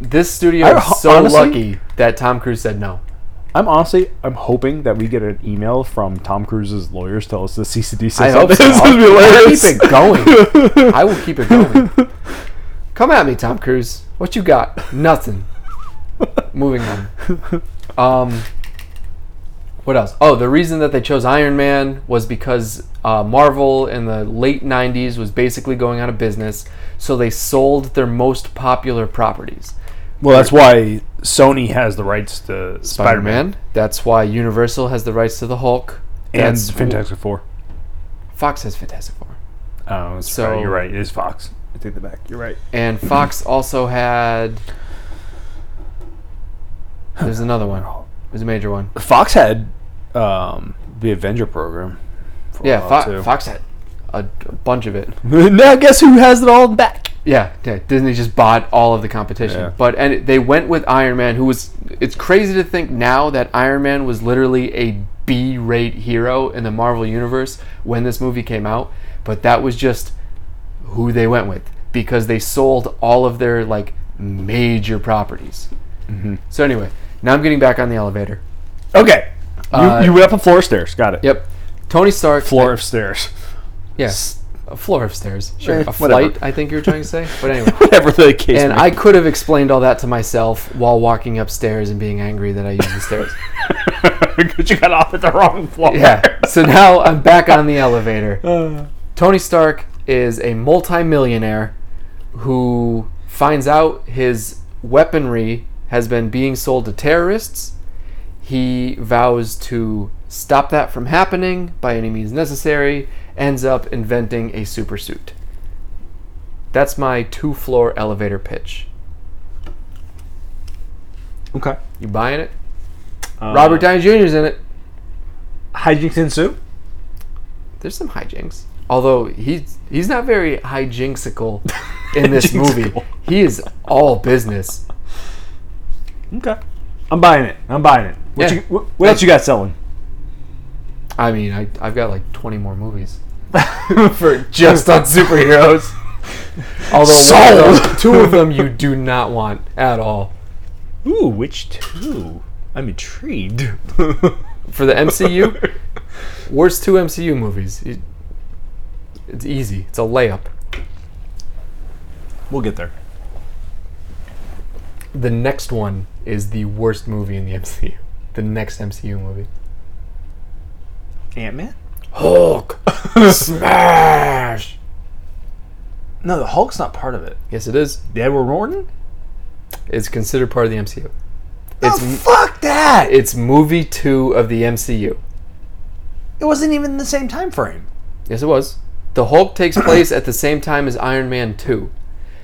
Speaker 1: this studio
Speaker 2: I-
Speaker 1: is so
Speaker 2: honestly-
Speaker 1: lucky that Tom Cruise said no.
Speaker 2: I'm honestly, I'm hoping that we get an email from Tom Cruise's lawyers to tell us the cease and desist.
Speaker 1: I hope
Speaker 2: this
Speaker 1: so.
Speaker 2: is hilarious.
Speaker 1: Keep it going. I will keep it going. Come at me, Tom Cruise. What you got? Nothing. Moving on. Um, what else? Oh, the reason that they chose Iron Man was because uh, Marvel in the late '90s was basically going out of business, so they sold their most popular properties.
Speaker 2: Well, that's why Sony has the rights to Spider Man
Speaker 1: Spider-Man. That's why Universal has the rights to the Hulk.
Speaker 2: and
Speaker 1: That's-
Speaker 2: Fantastic Four.
Speaker 1: Fox has Fantastic Four.
Speaker 2: Oh, that's
Speaker 1: So-
Speaker 2: right. You're right. It is Fox. I take the back. You're right.
Speaker 1: And Fox also had. There's another one. There's a major one.
Speaker 2: Fox had um, the Avenger program. for a
Speaker 1: Yeah,
Speaker 2: while,
Speaker 1: Fo-
Speaker 2: too.
Speaker 1: Fox had a, a bunch of it.
Speaker 2: now guess who has it all back?
Speaker 1: Yeah, yeah, Disney just bought all of the competition.
Speaker 2: Yeah.
Speaker 1: But and it- they went with Iron Man, who was. It's crazy to think now that Iron Man was literally a B-rate hero in the Marvel universe when this movie came out. But that was just who they went with because they sold all of their like major properties.
Speaker 2: Mm-hmm.
Speaker 1: So anyway, now I'm getting back on the elevator.
Speaker 2: Okay.
Speaker 1: Uh,
Speaker 2: you, you went up a floor of stairs. Got it.
Speaker 1: Yep. Tony Stark.
Speaker 2: Floor of stairs.
Speaker 1: Yeah. A floor of stairs. Sure.
Speaker 2: Eh,
Speaker 1: a
Speaker 2: whatever.
Speaker 1: flight, I think you were trying to say. But anyway.
Speaker 2: Whatever the case.
Speaker 1: And
Speaker 2: may
Speaker 1: I could have explained all that to myself while walking upstairs and being angry that I used the stairs.
Speaker 2: because you got off at the wrong floor.
Speaker 1: Yeah. So now I'm back on the elevator.
Speaker 2: Uh,
Speaker 1: Tony Stark is a multimillionaire who finds out his weaponry has been being sold to terrorists. He vows to stop that from happening by any means necessary, ends up inventing a super suit. That's my two floor elevator pitch.
Speaker 2: okay.
Speaker 1: You buying it?
Speaker 2: Um,
Speaker 1: Robert Downey Jr.'s in it.
Speaker 2: hijinks ensue.
Speaker 1: There's some hijinks. Although he's he's not very hijinksical in this movie.
Speaker 2: Hijinksical.
Speaker 1: He is all business.
Speaker 2: Okay. I'm buying it. I'm buying it. What,
Speaker 1: Yeah.
Speaker 2: you, what, what else you got selling?
Speaker 1: I mean, I, I've got like 20 more movies.
Speaker 2: For just on superheroes.
Speaker 1: Although one of
Speaker 2: Sold!
Speaker 1: them- two of them you do not want at all.
Speaker 2: Ooh, which two? I'm intrigued.
Speaker 1: For the MCU, worst two MCU movies. It- it's easy. It's a layup.
Speaker 2: we'll get there.
Speaker 1: The next one is the worst movie in the MCU. The next MCU movie.
Speaker 2: Ant Man?
Speaker 1: Hulk smash.
Speaker 2: No, the Hulk's not part of it.
Speaker 1: Yes, it is.
Speaker 2: The Edward Norton?
Speaker 1: It's considered part of the MCU.
Speaker 2: It's fuck that! It,
Speaker 1: It's movie two of the MCU.
Speaker 2: it wasn't even in the same time frame.
Speaker 1: Yes, it was. The Hulk takes place at the same time as Iron Man two.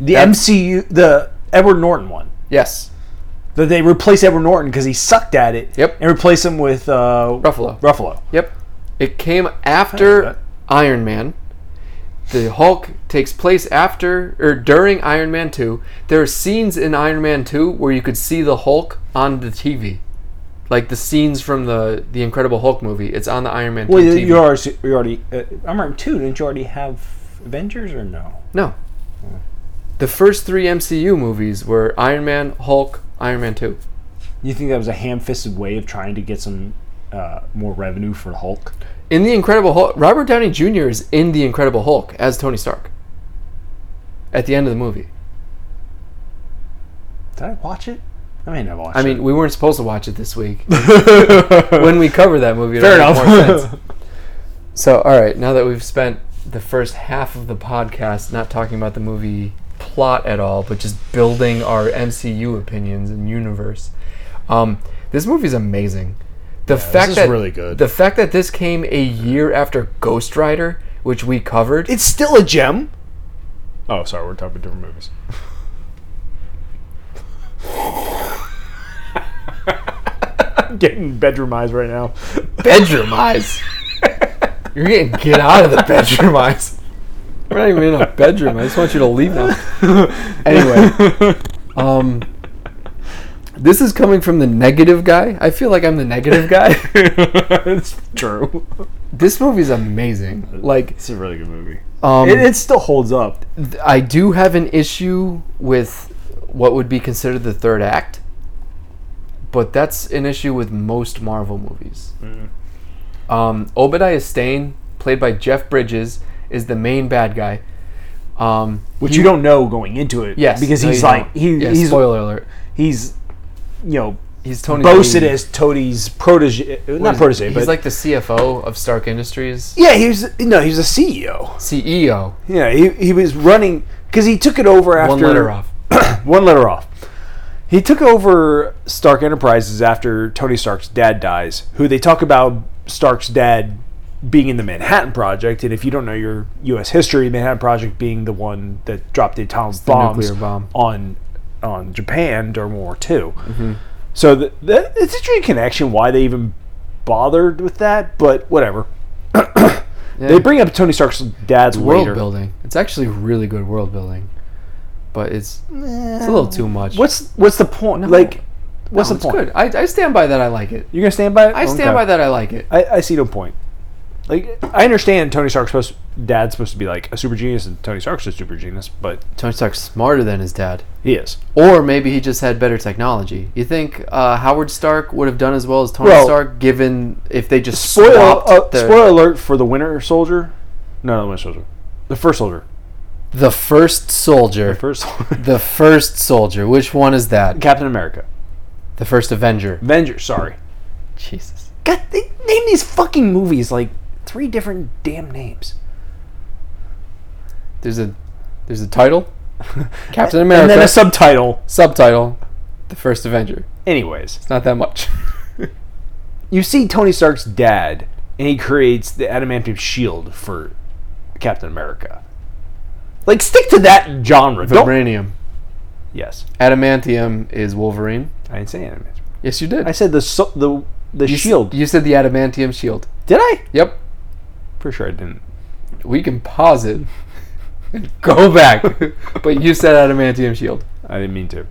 Speaker 2: The
Speaker 1: That-
Speaker 2: MCU, the Edward Norton one.
Speaker 1: Yes,
Speaker 2: That they replaced Edward Norton because he sucked at it.
Speaker 1: Yep.
Speaker 2: And replaced him with uh,
Speaker 1: Ruffalo.
Speaker 2: Ruffalo.
Speaker 1: Yep. It came
Speaker 2: I know
Speaker 1: after
Speaker 2: that.
Speaker 1: Iron Man. The Hulk takes place after or during Iron Man 2. There are scenes in Iron Man 2 where you could see the Hulk on the TV. Like the scenes from the the Incredible Hulk movie. It's on the Iron Man 2
Speaker 2: Well, you,
Speaker 1: TV.
Speaker 2: you already, you already uh, I'm already two. Didn't you already have Avengers or no?
Speaker 1: no. The first 3 MCU movies were Iron Man, Hulk, Iron Man 2.
Speaker 2: You think that was a ham-fisted way of trying to get some uh, more revenue for Hulk?
Speaker 1: In the Incredible Hulk, Robert Downey Jr. is in the Incredible Hulk as Tony Stark. At the end of the movie.
Speaker 2: Did I watch it? I may not watch.
Speaker 1: I mean, we weren't supposed to watch it this week. when we cover that movie, it'll
Speaker 2: fair
Speaker 1: make more sense.
Speaker 2: enough.
Speaker 1: So, all right, now that we've spent the first half of the podcast not talking about the movie plot at all, but just building our MCU opinions and universe, um, this movie's amazing. The fact
Speaker 2: is
Speaker 1: that
Speaker 2: really good.
Speaker 1: the fact that this came a year after Ghost Rider, which we covered,
Speaker 2: it's still a gem. Oh, sorry, we're talking about different movies. I'm getting bedroom eyes right now.
Speaker 1: bedroom eyes. You're getting get out of the bedroom eyes. We're not even in a bedroom. I just want you to leave now. Anyway, um, this is coming from the negative guy. I feel like I'm the negative guy.
Speaker 2: it's true.
Speaker 1: this movie's amazing. Like,
Speaker 2: It's a really good movie.
Speaker 1: um,
Speaker 2: It, it still holds up.
Speaker 1: th- I do have an issue with what would be considered the third act, but that's an issue with most Marvel movies.
Speaker 2: Mm.
Speaker 1: Um, Obadiah Stane, played by Jeff Bridges, is the main bad guy. Um,
Speaker 2: which you don't know going into it.
Speaker 1: yes,
Speaker 2: because
Speaker 1: no,
Speaker 2: he's
Speaker 1: you
Speaker 2: like
Speaker 1: don't.
Speaker 2: he,
Speaker 1: Yeah,
Speaker 2: he's
Speaker 1: spoiler alert.
Speaker 2: he's you know
Speaker 1: He's Tony.
Speaker 2: boasted
Speaker 1: Lee.
Speaker 2: as Toadie's protege, uh,
Speaker 1: What
Speaker 2: not
Speaker 1: is-
Speaker 2: protege,
Speaker 1: He's
Speaker 2: but
Speaker 1: like the CFO of Stark Industries. E
Speaker 2: yeah, he was no, he was a CEO.
Speaker 1: CEO.
Speaker 2: Yeah, he, he was running because he took it over after
Speaker 1: One letter off.
Speaker 2: one letter off. He took over Stark Enterprises after Tony Stark's dad dies, who they talk about Stark's dad being in the Manhattan Project. And if you don't know your U.S. history, Manhattan Project being the one that dropped the atomic bombs
Speaker 1: nuclear bomb.
Speaker 2: on on Japan during World War II.
Speaker 1: Mm-hmm.
Speaker 2: So th that it's an interesting connection why they even bothered with that, but whatever. They bring up Tony Stark's dad's
Speaker 1: world
Speaker 2: later.
Speaker 1: building. It's actually really good world building, but it's it's a little too much.
Speaker 2: What's what's the point? Like, what's
Speaker 1: No,
Speaker 2: the point?
Speaker 1: It's good. I, I stand by that. I like it.
Speaker 2: You're gonna stand by it.
Speaker 1: I stand by that. I like it.
Speaker 2: I, I see no point. Like I understand Tony Stark's supposed dad's supposed to be like a super genius and Tony Stark's a super genius, but
Speaker 1: Tony Stark's smarter than his dad,
Speaker 2: he is.
Speaker 1: or maybe he just had better technology. You think uh, Howard Stark would have done as well as Tony
Speaker 2: Well-
Speaker 1: Stark, given if they just
Speaker 2: Spoil
Speaker 1: swapped
Speaker 2: uh,
Speaker 1: the,
Speaker 2: spoiler alert for the Winter Soldier. No, not the Winter Soldier. The first Soldier.
Speaker 1: the first soldier,
Speaker 2: The first Soldier.
Speaker 1: the first soldier? Which one is that?
Speaker 2: Captain America.
Speaker 1: The first Avenger.
Speaker 2: Avengers. Sorry.
Speaker 1: Jesus.
Speaker 2: God, they name these fucking movies like three different damn names.
Speaker 1: There's a there's a title, Captain
Speaker 2: And
Speaker 1: America.
Speaker 2: then a subtitle.
Speaker 1: subtitle, the first Avenger.
Speaker 2: Anyways.
Speaker 1: It's not that much.
Speaker 2: you see Tony Stark's dad, and he creates the adamantium shield for Captain America. Like, stick to that genre. Don't.
Speaker 1: Vibranium.
Speaker 2: Yes,
Speaker 1: Adamantium is Wolverine.
Speaker 2: I didn't say adamantium.
Speaker 1: Yes, you did.
Speaker 2: I said the so- the the
Speaker 1: You s-
Speaker 2: shield.
Speaker 1: You said the adamantium shield.
Speaker 2: Did I?
Speaker 1: Yep.
Speaker 2: Pretty sure I didn't.
Speaker 1: We can pause it and go back. but you said adamantium shield.
Speaker 2: I didn't mean to.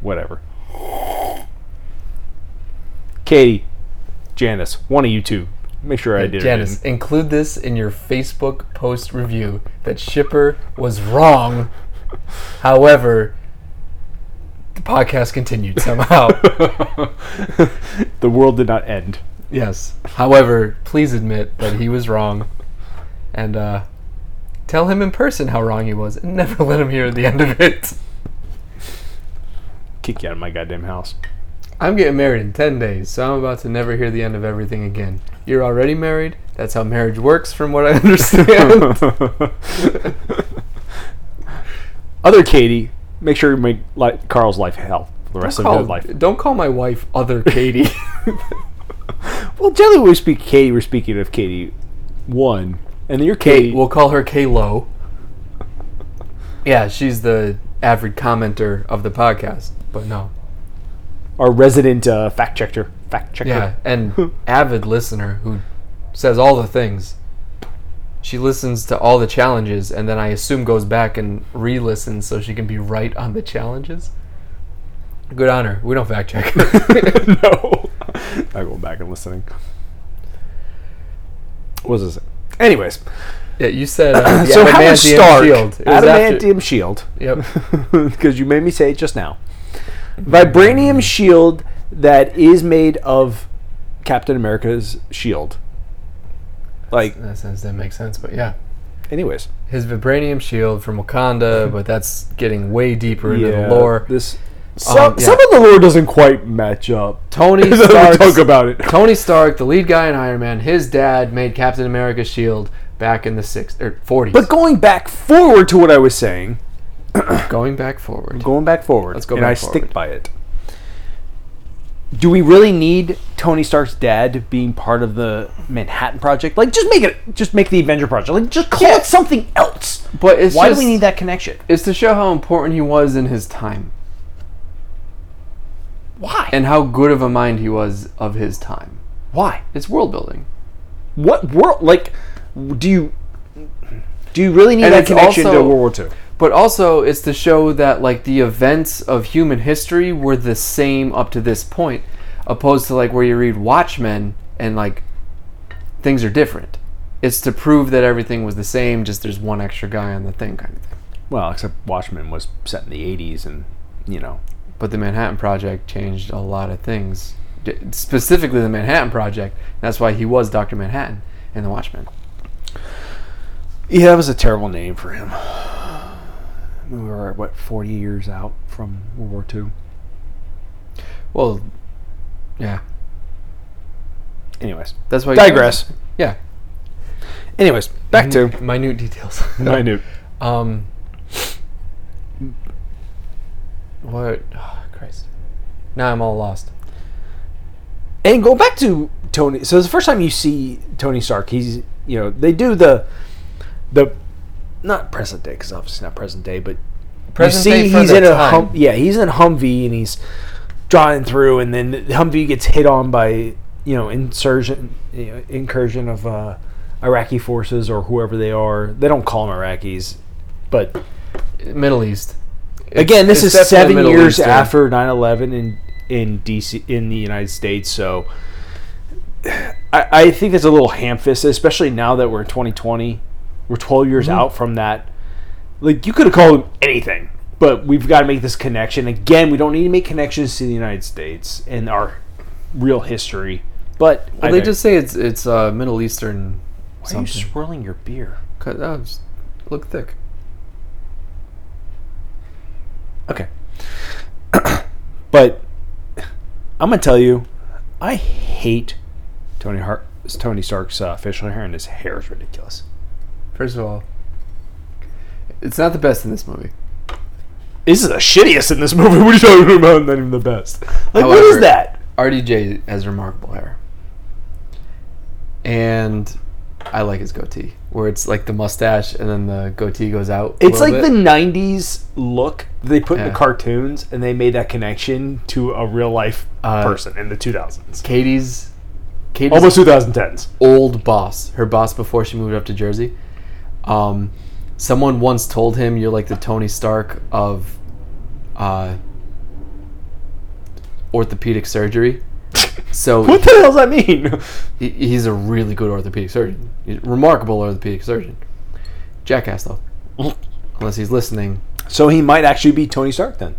Speaker 2: Whatever. Katie, Janice, one of you two. Make sure I did. or
Speaker 1: Janice,
Speaker 2: didn't.
Speaker 1: include this in your Facebook post review that Shipper was wrong. However, the podcast continued somehow.
Speaker 2: the world did not end.
Speaker 1: Yes. However, please admit that he was wrong, and uh, tell him in person how wrong he was, and never let him hear the end of it.
Speaker 2: Kick you out of my goddamn house.
Speaker 1: I'm getting married in ten days, so I'm about to never hear the end of everything again. You're already married. That's how marriage works, from what I understand.
Speaker 2: other Katie, make sure you make li- Carl's life hell for the rest of
Speaker 1: call,
Speaker 2: his life.
Speaker 1: Don't call my wife other Katie.
Speaker 2: Well, generally when we speak Katie, we're speaking of Katie one, and then you're Katie.
Speaker 1: we'll call her Kalo. Yeah, she's the avid commenter of the podcast, but no.
Speaker 2: our resident uh, fact checker, fact checker.
Speaker 1: Yeah, and avid listener who says all the things. She listens to all the challenges and then I assume goes back and re listens so she can be right on the challenges. Good on her. We don't fact check her.
Speaker 2: no, I go back and listening. What was this? Anyways,
Speaker 1: yeah, you said uh, the
Speaker 2: so how was
Speaker 1: adamantium
Speaker 2: Stark?
Speaker 1: shield. It was after-
Speaker 2: Adamantium shield.
Speaker 1: Yep.
Speaker 2: because you made me say it just now. Vibranium shield that is made of Captain America's shield. Like,
Speaker 1: In that sense, that makes sense, but yeah.
Speaker 2: anyways,
Speaker 1: His vibranium shield from Wakanda, but that's getting way deeper into the lore.
Speaker 2: This some,
Speaker 1: yeah.
Speaker 2: some of the lore doesn't quite match up.
Speaker 1: um, Tony
Speaker 2: Let's not
Speaker 1: Stark's
Speaker 2: talk about it.
Speaker 1: Tony Stark, the lead guy in Iron Man, his dad made Captain America's shield back in the er, 60s or 40s.
Speaker 2: But going back forward to what I was saying,
Speaker 1: going back forward,
Speaker 2: going back forward,
Speaker 1: Let's go
Speaker 2: and
Speaker 1: back
Speaker 2: I
Speaker 1: forward.
Speaker 2: stick by it. Do we really need Tony Stark's dad being part of the Manhattan Project? Like, just make it, just make the Avenger Project. Like, just call it something else.
Speaker 1: but it's
Speaker 2: Why
Speaker 1: just,
Speaker 2: do we need that connection?
Speaker 1: It's to show how important he was in his time
Speaker 2: Why?
Speaker 1: and how good of a mind he was of his time.
Speaker 2: why?
Speaker 1: It's world building,
Speaker 2: What world? Like, do you do you really need
Speaker 1: And
Speaker 2: that
Speaker 1: it's
Speaker 2: connection
Speaker 1: also-
Speaker 2: to World War II?
Speaker 1: but also it's to show that like the events of human history were the same up to this point, opposed to like where you read Watchmen and like things are different. It's to prove that everything was the same, just there's one extra guy on the thing, kind of thing.
Speaker 2: Well, except Watchmen was set in the '80s, and you know,
Speaker 1: But the Manhattan Project changed a lot of things. D- Specifically, the Manhattan Project. That's why he was Doctor Manhattan in The Watchmen.
Speaker 2: Yeah, that was a terrible name for him. We were what forty years out from World War II.
Speaker 1: Well, yeah.
Speaker 2: Anyways,
Speaker 1: That's why.
Speaker 2: digress.
Speaker 1: Yeah.
Speaker 2: Anyways, back to
Speaker 1: Minute- minute details.
Speaker 2: minute.
Speaker 1: Um. What? Oh, Christ. Now I'm all lost.
Speaker 2: And go back to Tony. So it's the first time you see Tony Stark, he's you know they do the the not present day because obviously not present day, but
Speaker 1: Present
Speaker 2: you see
Speaker 1: day for
Speaker 2: he's
Speaker 1: the
Speaker 2: in a
Speaker 1: time.
Speaker 2: hum, yeah he's in a Humvee and he's driving through, and then the Humvee gets hit on by you know insurgent you know, incursion of uh, Iraqi forces or whoever they are. They don't call them Iraqis, but
Speaker 1: Middle East.
Speaker 2: again this
Speaker 1: it's
Speaker 2: is
Speaker 1: definitely
Speaker 2: seven
Speaker 1: Middle
Speaker 2: years
Speaker 1: Eastern.
Speaker 2: after 9-11 in in dc in the united states so i, I think it's a little ham-fisted especially now that we're in 2020 we're 12 years
Speaker 1: Mm-hmm.
Speaker 2: out from that like you could have called him anything but we've got to make this connection again we don't need to make connections to the united states and our real history but
Speaker 1: Well, they just say it's it's uh, Middle Eastern.
Speaker 2: why are
Speaker 1: something.
Speaker 2: you swirling your beer
Speaker 1: Cut that was- look thick.
Speaker 2: Okay. but I'm gonna tell you, I hate Tony Har- Tony Stark's uh, facial hair, and his hair is ridiculous.
Speaker 1: First of all, it's not the best in this movie.
Speaker 2: This is the shittiest in this movie. What are you talking about? Not even the best. Like, what is
Speaker 1: However-
Speaker 2: that?
Speaker 1: RDJ has remarkable hair, and I like his goatee, where it's like the mustache and then the goatee goes out. a little
Speaker 2: It's like
Speaker 1: bit.
Speaker 2: the '90s look that they put in
Speaker 1: Yeah.
Speaker 2: the cartoons, and they made that connection to a real life
Speaker 1: Uh,
Speaker 2: person in the 2000s,
Speaker 1: Katie's Katie's
Speaker 2: almost 2010s.
Speaker 1: old boss, her boss before she moved up to Jersey. Um, someone once told him, "You're like the Tony Stark of uh, orthopedic surgery." So
Speaker 2: What the hell does that mean?
Speaker 1: he, he's a really good orthopedic surgeon, He's a remarkable orthopedic surgeon. Jackass though, unless he's listening.
Speaker 2: so he might actually be Tony Stark then.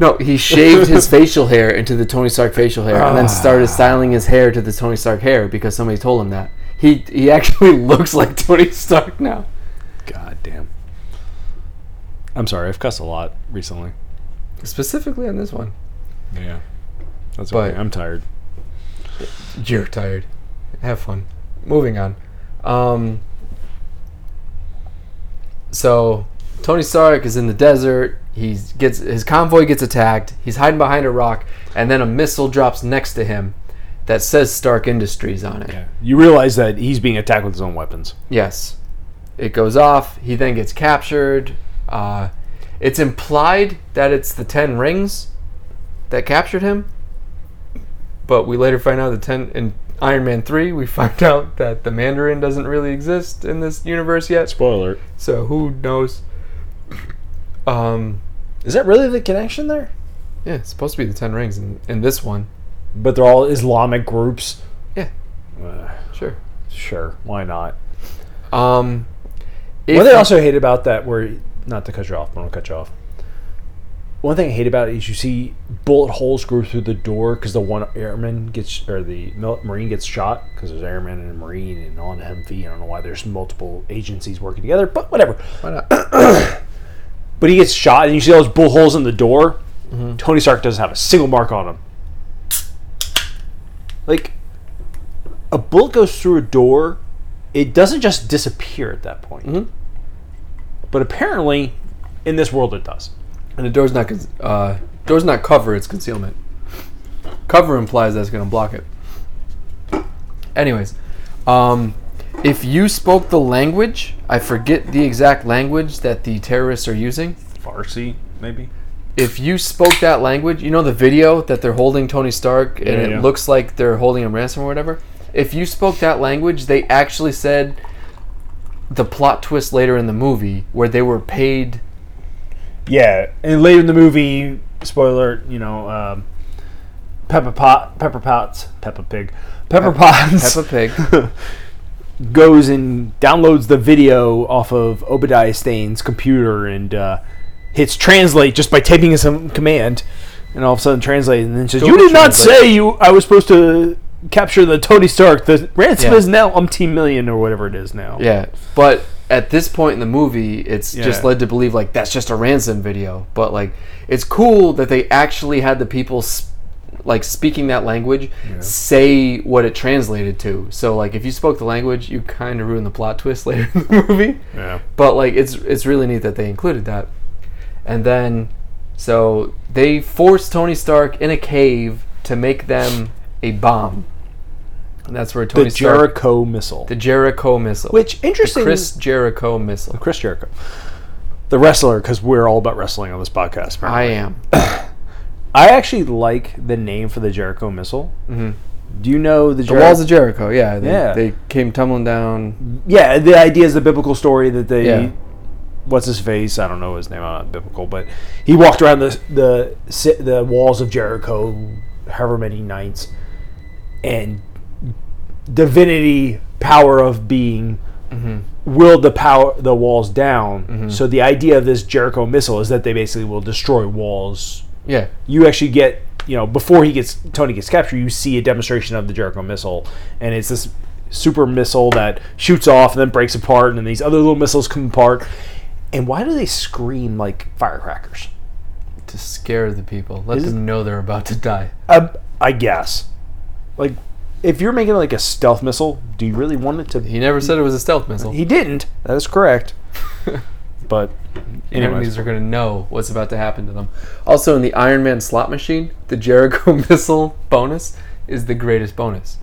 Speaker 1: No, he shaved his facial hair into the Tony Stark facial hair, and then started styling his hair to the Tony Stark hair because somebody told him that. He he actually looks like Tony Stark now.
Speaker 2: God damn. I'm sorry, I've cussed a lot recently.
Speaker 1: Specifically on this one.
Speaker 2: Yeah. That's
Speaker 1: But-
Speaker 2: okay. I'm tired.
Speaker 1: You're tired. Have fun. Moving on. Um, so Tony Stark is in the desert. He gets his convoy gets attacked. He's hiding behind a rock, and then a missile drops next to him that says Stark Industries on it.
Speaker 2: You realize that he's being attacked with his own weapons.
Speaker 1: Yes, it goes off. He then gets captured. Uh, it's implied that it's the Ten Rings that captured him, but we later find out the Ten in Iron Man Three. We find out that the Mandarin doesn't really exist in this universe yet.
Speaker 2: Spoiler.
Speaker 1: So who knows? Um,
Speaker 2: Is that really the connection there?
Speaker 1: yeah, it's supposed to be the Ten Rings in, in this one.
Speaker 2: But they're all Islamic groups.
Speaker 1: Yeah.
Speaker 2: Uh,
Speaker 1: Sure.
Speaker 2: sure, why not?
Speaker 1: Um,
Speaker 2: What
Speaker 1: if-
Speaker 2: they also hate about that where not to cut you off, but I'll cut you off. One thing I hate about it is you see bullet holes go through the door because the one airman gets or the mil- marine gets shot because there's airman and a marine and on the Humvee. I don't know why there's multiple agencies working together, but whatever.
Speaker 1: Why not?
Speaker 2: But he gets shot and you see all those bullet holes in the door. Tony Stark doesn't have a single mark on him. Like a bullet goes through a door, it doesn't just disappear at that point. But apparently, in this world, it does.
Speaker 1: And the door's not con- uh, door's not cover; it's concealment. Cover implies that's going to block it. Anyways, um, if you spoke the language, I forget the exact language that the terrorists are using.
Speaker 2: Farsi, maybe.
Speaker 1: If you spoke that language, you know the video that they're holding Tony Stark, and
Speaker 2: Yeah,
Speaker 1: it
Speaker 2: yeah.
Speaker 1: looks like they're holding him ransom or whatever. If you spoke that language, they actually said the plot twist later in the movie where they were paid
Speaker 2: Yeah, and later in the movie, spoiler, you know, um, Peppa Pot, Pepper Potts, Peppa Pig, Pepper Potts,
Speaker 1: Peppa Pig.
Speaker 2: goes and downloads the video off of Obadiah Stane's computer and uh, hits translate just by typing in some command, and all of a sudden translate, and then says,
Speaker 1: Google
Speaker 2: "You did not
Speaker 1: Translate.
Speaker 2: say you I was supposed to capture the Tony Stark. The ransom
Speaker 1: Yeah.
Speaker 2: is now umpteen million or whatever it is now."
Speaker 1: Yeah, but at this point in the movie, it's just
Speaker 2: Yeah.
Speaker 1: led to believe like that's just a ransom video. But like, it's cool that they actually had the people sp- like speaking that language say what it translated to. So like, if you spoke the language, you kind of ruin the plot twist later in the movie.
Speaker 2: Yeah.
Speaker 1: But like, it's it's really neat that they included that. And then, so they forced Tony Stark in a cave to make them a bomb. And that's where Tony
Speaker 2: The
Speaker 1: Stark,
Speaker 2: Jericho missile,
Speaker 1: the Jericho missile,
Speaker 2: which interesting.
Speaker 1: Chris Jericho missile.
Speaker 2: Chris Jericho, the wrestler, because we're all about wrestling on this podcast. apparently.
Speaker 1: I am.
Speaker 2: I actually like the name for the Jericho missile. Do you know the,
Speaker 1: Mm-hmm. The walls of Jericho. Yeah, they,
Speaker 2: Yeah.
Speaker 1: they came tumbling down.
Speaker 2: yeah, the idea is the biblical story that they.
Speaker 1: Yeah.
Speaker 2: What's his face? I don't know his name. I'm not biblical, but he walked around the the si- the walls of Jericho, however many nights, and divinity power of being willed the power the walls down. So the idea of this Jericho missile is that they basically will destroy walls
Speaker 1: Yeah,
Speaker 2: you actually get you know before he gets Tony gets captured, you see a demonstration of the Jericho missile, and it's this super missile that shoots off and then breaks apart, and then these other little missiles come apart. And why do they scream like firecrackers?
Speaker 1: to scare the people, let
Speaker 2: Is-
Speaker 1: them know they're about to die.
Speaker 2: Uh, I guess, like if you're making like a stealth missile, do you really want it to?
Speaker 1: He never said it was a stealth missile.
Speaker 2: He didn't. That is correct. but anyways,
Speaker 1: Enemies are going to know what's about to happen to them. Also, in the Iron Man slot machine, the Jericho missile bonus is the greatest bonus.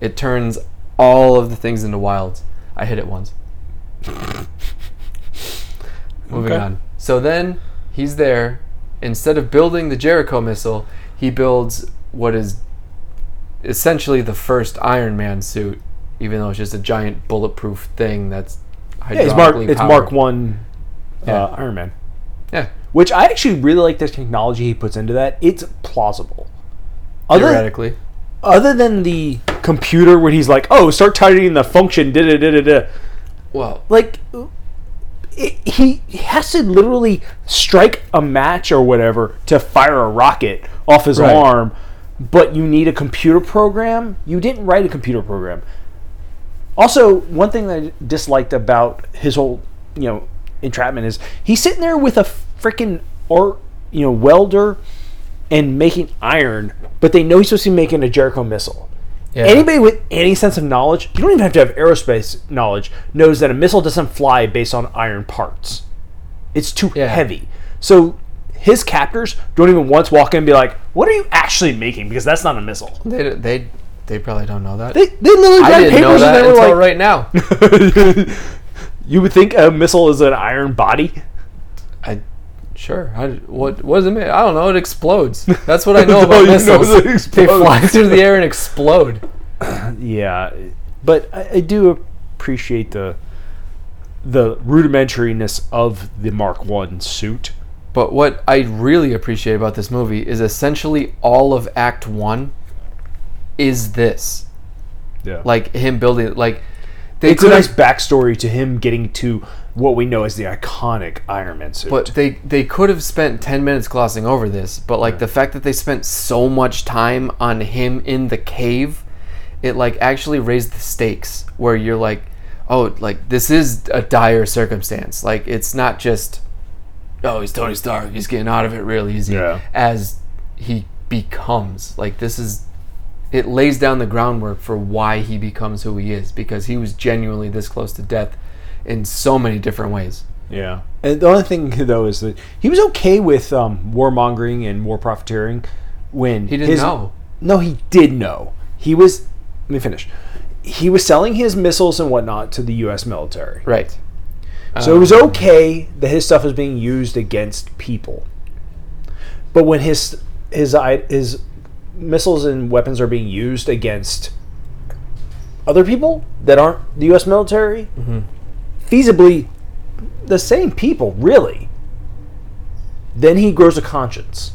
Speaker 1: It turns all of the things into wilds. I hit it once. Moving
Speaker 2: Okay.
Speaker 1: on. So then he's there. Instead of building the Jericho missile, he builds what is essentially the first Iron Man suit, even though it's just a giant bulletproof thing that's hydraulically
Speaker 2: yeah, it's Mark. It's Mark
Speaker 1: powered.
Speaker 2: One uh,
Speaker 1: Yeah.
Speaker 2: Iron Man.
Speaker 1: Yeah.
Speaker 2: which I actually really like the technology he puts into that. It's plausible. Other,
Speaker 1: Theoretically.
Speaker 2: other than the computer where he's like, "Oh, start targeting the function." Da da da da da.
Speaker 1: Well,
Speaker 2: Like, it, he he has to literally strike a match or whatever to fire a rocket off his
Speaker 1: Right.
Speaker 2: arm. But you need a computer program. You didn't write a computer program. Also, one thing that I disliked about his whole, you know, entrapment is he's sitting there with a freaking or you know welder and making iron, but they know he's supposed to be making a Jericho missile.
Speaker 1: yeah.
Speaker 2: Anybody with any sense of knowledge, you don't even have to have aerospace knowledge, knows that a missile doesn't fly based on iron parts. It's too
Speaker 1: Yeah.
Speaker 2: heavy. So his captors don't even once walk in and be like, "What are you actually making?" Because that's not a missile.
Speaker 1: They, d- they, they probably don't know that.
Speaker 2: They, they literally
Speaker 1: I
Speaker 2: got
Speaker 1: didn't know
Speaker 2: papers
Speaker 1: that
Speaker 2: and they
Speaker 1: until
Speaker 2: were like,
Speaker 1: right now.
Speaker 2: you would think a missile is an iron body.
Speaker 1: I, sure. I, what what does it mean? I don't know. It explodes. That's what I know
Speaker 2: all
Speaker 1: about
Speaker 2: Oh, you know
Speaker 1: missiles.
Speaker 2: is it
Speaker 1: they fly
Speaker 2: explodes.
Speaker 1: through the air and explode.
Speaker 2: Yeah, but I, I do appreciate the the rudimentariness of the Mark One suit.
Speaker 1: But what I really appreciate about this movie is essentially all of Act One is this,
Speaker 2: Yeah, like
Speaker 1: like him building it. Like they
Speaker 2: it's a
Speaker 1: could've-
Speaker 2: nice backstory to him getting to what we know as the iconic Iron Man suit.
Speaker 1: But they they could have spent ten minutes glossing over this, but like the fact that they spent so much time on him in the cave, it like actually raised the stakes where you're like, oh, like this is a dire circumstance. Like it's not just, oh, he's Tony Stark, he's getting out of it real easy
Speaker 2: Yeah.
Speaker 1: as he becomes. Like this is. It lays down the groundwork for why he becomes who he is because he was genuinely this close to death in so many different ways.
Speaker 2: Yeah. And the only thing though is that he was okay with um, warmongering and war profiteering when
Speaker 1: He didn't know.
Speaker 2: No, he did know. He was. Let me finish. He was selling his missiles and whatnot to the U.S. military,
Speaker 1: Right.
Speaker 2: so it was okay that his stuff was being used against people. But when his his i- his missiles and weapons are being used against other people that aren't the U.S. military,
Speaker 1: Mm-hmm.
Speaker 2: feasibly the same people, really. Then he grows a conscience.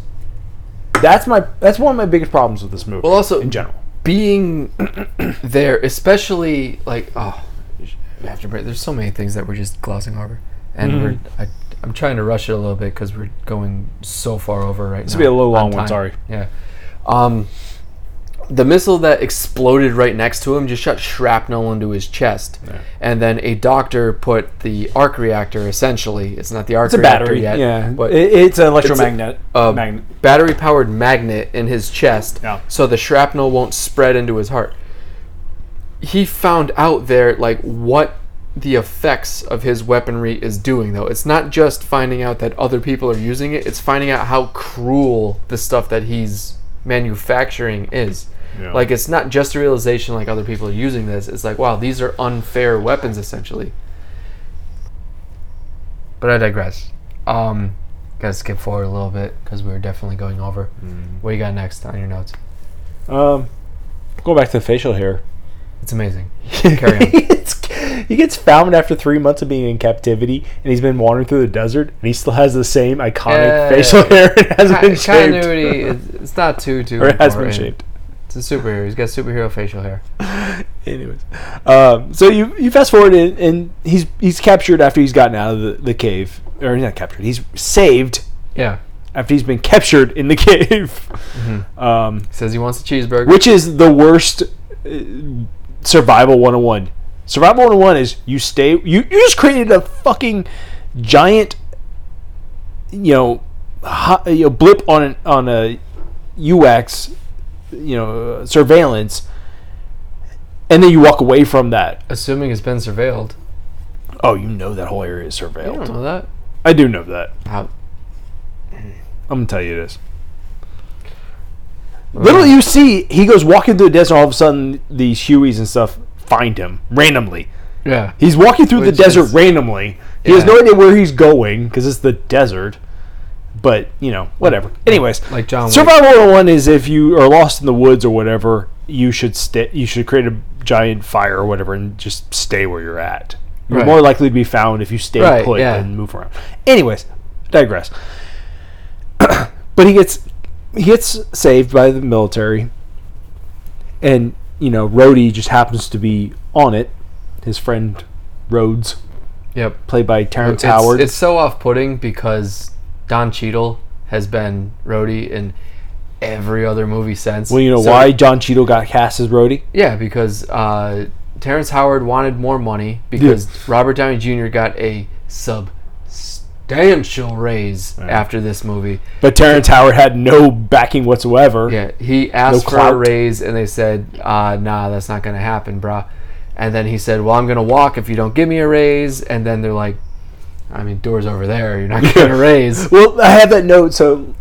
Speaker 2: That's my that's one of my biggest problems with this movie.
Speaker 1: Well, also
Speaker 2: in general,
Speaker 1: being there,
Speaker 2: Mm-hmm.
Speaker 1: especially like oh, after break, there's so many things that we're just glossing over, and we're I, I'm trying to rush it a little bit because we're going so far over right now.
Speaker 2: This will be a little
Speaker 1: on
Speaker 2: long one,
Speaker 1: time.
Speaker 2: sorry.
Speaker 1: Yeah. Um, the missile that exploded right next to him just shot shrapnel into his chest, and then a doctor put the arc reactor. Essentially, it's not the arc
Speaker 2: It's a
Speaker 1: reactor
Speaker 2: battery.
Speaker 1: yet.
Speaker 2: yeah.
Speaker 1: but
Speaker 2: It- it's an electromagnet.
Speaker 1: a
Speaker 2: magnet.
Speaker 1: battery powered magnet in his chest
Speaker 2: Yeah.
Speaker 1: so the shrapnel won't spread into his heart. He found out there like what the effects of his weaponry is doing though. It's not just finding out that other people are using it, it's finding out how cruel the stuff that he's manufacturing is.
Speaker 2: Yeah.
Speaker 1: Like it's not just a realization like other people are using this. It's like wow, these are unfair weapons essentially. But I digress. Um, gotta skip forward a little bit because we were definitely going over. What you got next on your notes?
Speaker 2: Um, go back to the facial hair.
Speaker 1: It's amazing. Carry on.
Speaker 2: It's- he gets found after three months of being in captivity, and he's been wandering through the desert, and he still has the same iconic
Speaker 1: Yeah.
Speaker 2: facial hair. It hasn't been
Speaker 1: Con-
Speaker 2: shaved.
Speaker 1: Continuity. is- It's not too too.
Speaker 2: or it has been
Speaker 1: important.
Speaker 2: shaved.
Speaker 1: It's a superhero. He's got superhero facial hair.
Speaker 2: Anyways, um, so you you fast forward and, and he's he's captured after he's gotten out of the, the cave, or he's not captured. He's saved
Speaker 1: Yeah.
Speaker 2: after he's been captured in the cave, um,
Speaker 1: He says he wants a cheeseburger.
Speaker 2: which is the worst uh, survival 101. Survival 101 is you stay you, you just created a fucking giant you know, ho you know blip on an, on a UX you know uh, surveillance and then you walk away from that.
Speaker 1: Assuming it's been surveilled.
Speaker 2: Oh, you know that whole area is
Speaker 1: You
Speaker 2: surveilled.
Speaker 1: don't know that.
Speaker 2: I do know that.
Speaker 1: How?
Speaker 2: I'm gonna tell you this.
Speaker 1: Uh.
Speaker 2: Little you see, he goes walking through the desert. All of a sudden, these Hueys and stuff find him randomly.
Speaker 1: Yeah.
Speaker 2: He's walking through
Speaker 1: Which
Speaker 2: the desert
Speaker 1: is-
Speaker 2: randomly. He has
Speaker 1: Yeah.
Speaker 2: no idea where he's going because it's the desert. But you know, whatever. Anyways,
Speaker 1: Like John Wick.
Speaker 2: Survival 101 is if you are lost in the woods or whatever, you should stay. You should create a giant fire or whatever and just stay where you're at. You're
Speaker 1: Right.
Speaker 2: more likely to be found if you stay
Speaker 1: Right,
Speaker 2: put
Speaker 1: yeah.
Speaker 2: and move around. Anyways, digress. but he gets he gets saved by the military, and you know Rhodey just happens to be on it. His friend Rhodes,
Speaker 1: Yep.
Speaker 2: played by Terrence
Speaker 1: It's,
Speaker 2: Howard.
Speaker 1: it's so off-putting because Don Cheadle has been Rhodey in every other movie since.
Speaker 2: well, you know
Speaker 1: So-
Speaker 2: why John Cheadle got cast as Rhodey?
Speaker 1: Yeah, because uh, Terrence Howard wanted more money because Robert Downey Jr. got a substantial raise after this movie.
Speaker 2: But Terrence Howard had no backing whatsoever.
Speaker 1: Yeah, he asked
Speaker 2: No
Speaker 1: for a
Speaker 2: clout.
Speaker 1: raise and they said, uh, "Nah, that's not gonna happen, brah." And then he said, "Well, I'm gonna walk if you don't give me a raise." And then they're like, "I mean, doors over there. You're not getting a raise."
Speaker 2: Well, I have that note. So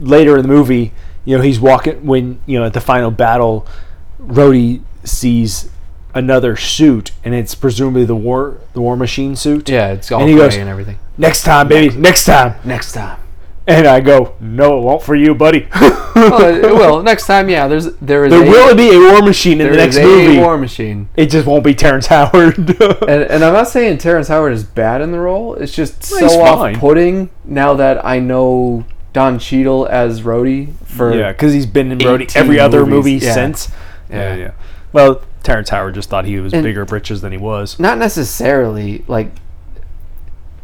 Speaker 2: later in the movie, you know, he's walking when you know at the final battle, Rhodey sees another suit, and it's presumably the war the war machine suit.
Speaker 1: Yeah, it's all and
Speaker 2: And he
Speaker 1: gray
Speaker 2: goes-
Speaker 1: and everything.
Speaker 2: Next time, baby. Next time.
Speaker 1: Next time.
Speaker 2: And I go, no, it won't for you, buddy.
Speaker 1: Well, it will. Next time, yeah. There's there is
Speaker 2: there
Speaker 1: a,
Speaker 2: will be a war machine in
Speaker 1: there
Speaker 2: the next
Speaker 1: is a
Speaker 2: movie.
Speaker 1: war machine.
Speaker 2: It just won't be Terrence Howard.
Speaker 1: And, and I'm not saying Terrence Howard is bad in the role. It's just
Speaker 2: Well, he's
Speaker 1: so
Speaker 2: fine.
Speaker 1: off-putting now that I know Don Cheadle as Rhodey for
Speaker 2: yeah, because he's been in Brody
Speaker 1: 18
Speaker 2: every other
Speaker 1: movies,
Speaker 2: movie
Speaker 1: yeah.
Speaker 2: since.
Speaker 1: Yeah.
Speaker 2: Well, Terrence Howard just thought he was
Speaker 1: And-
Speaker 2: bigger britches than he was.
Speaker 1: not necessarily like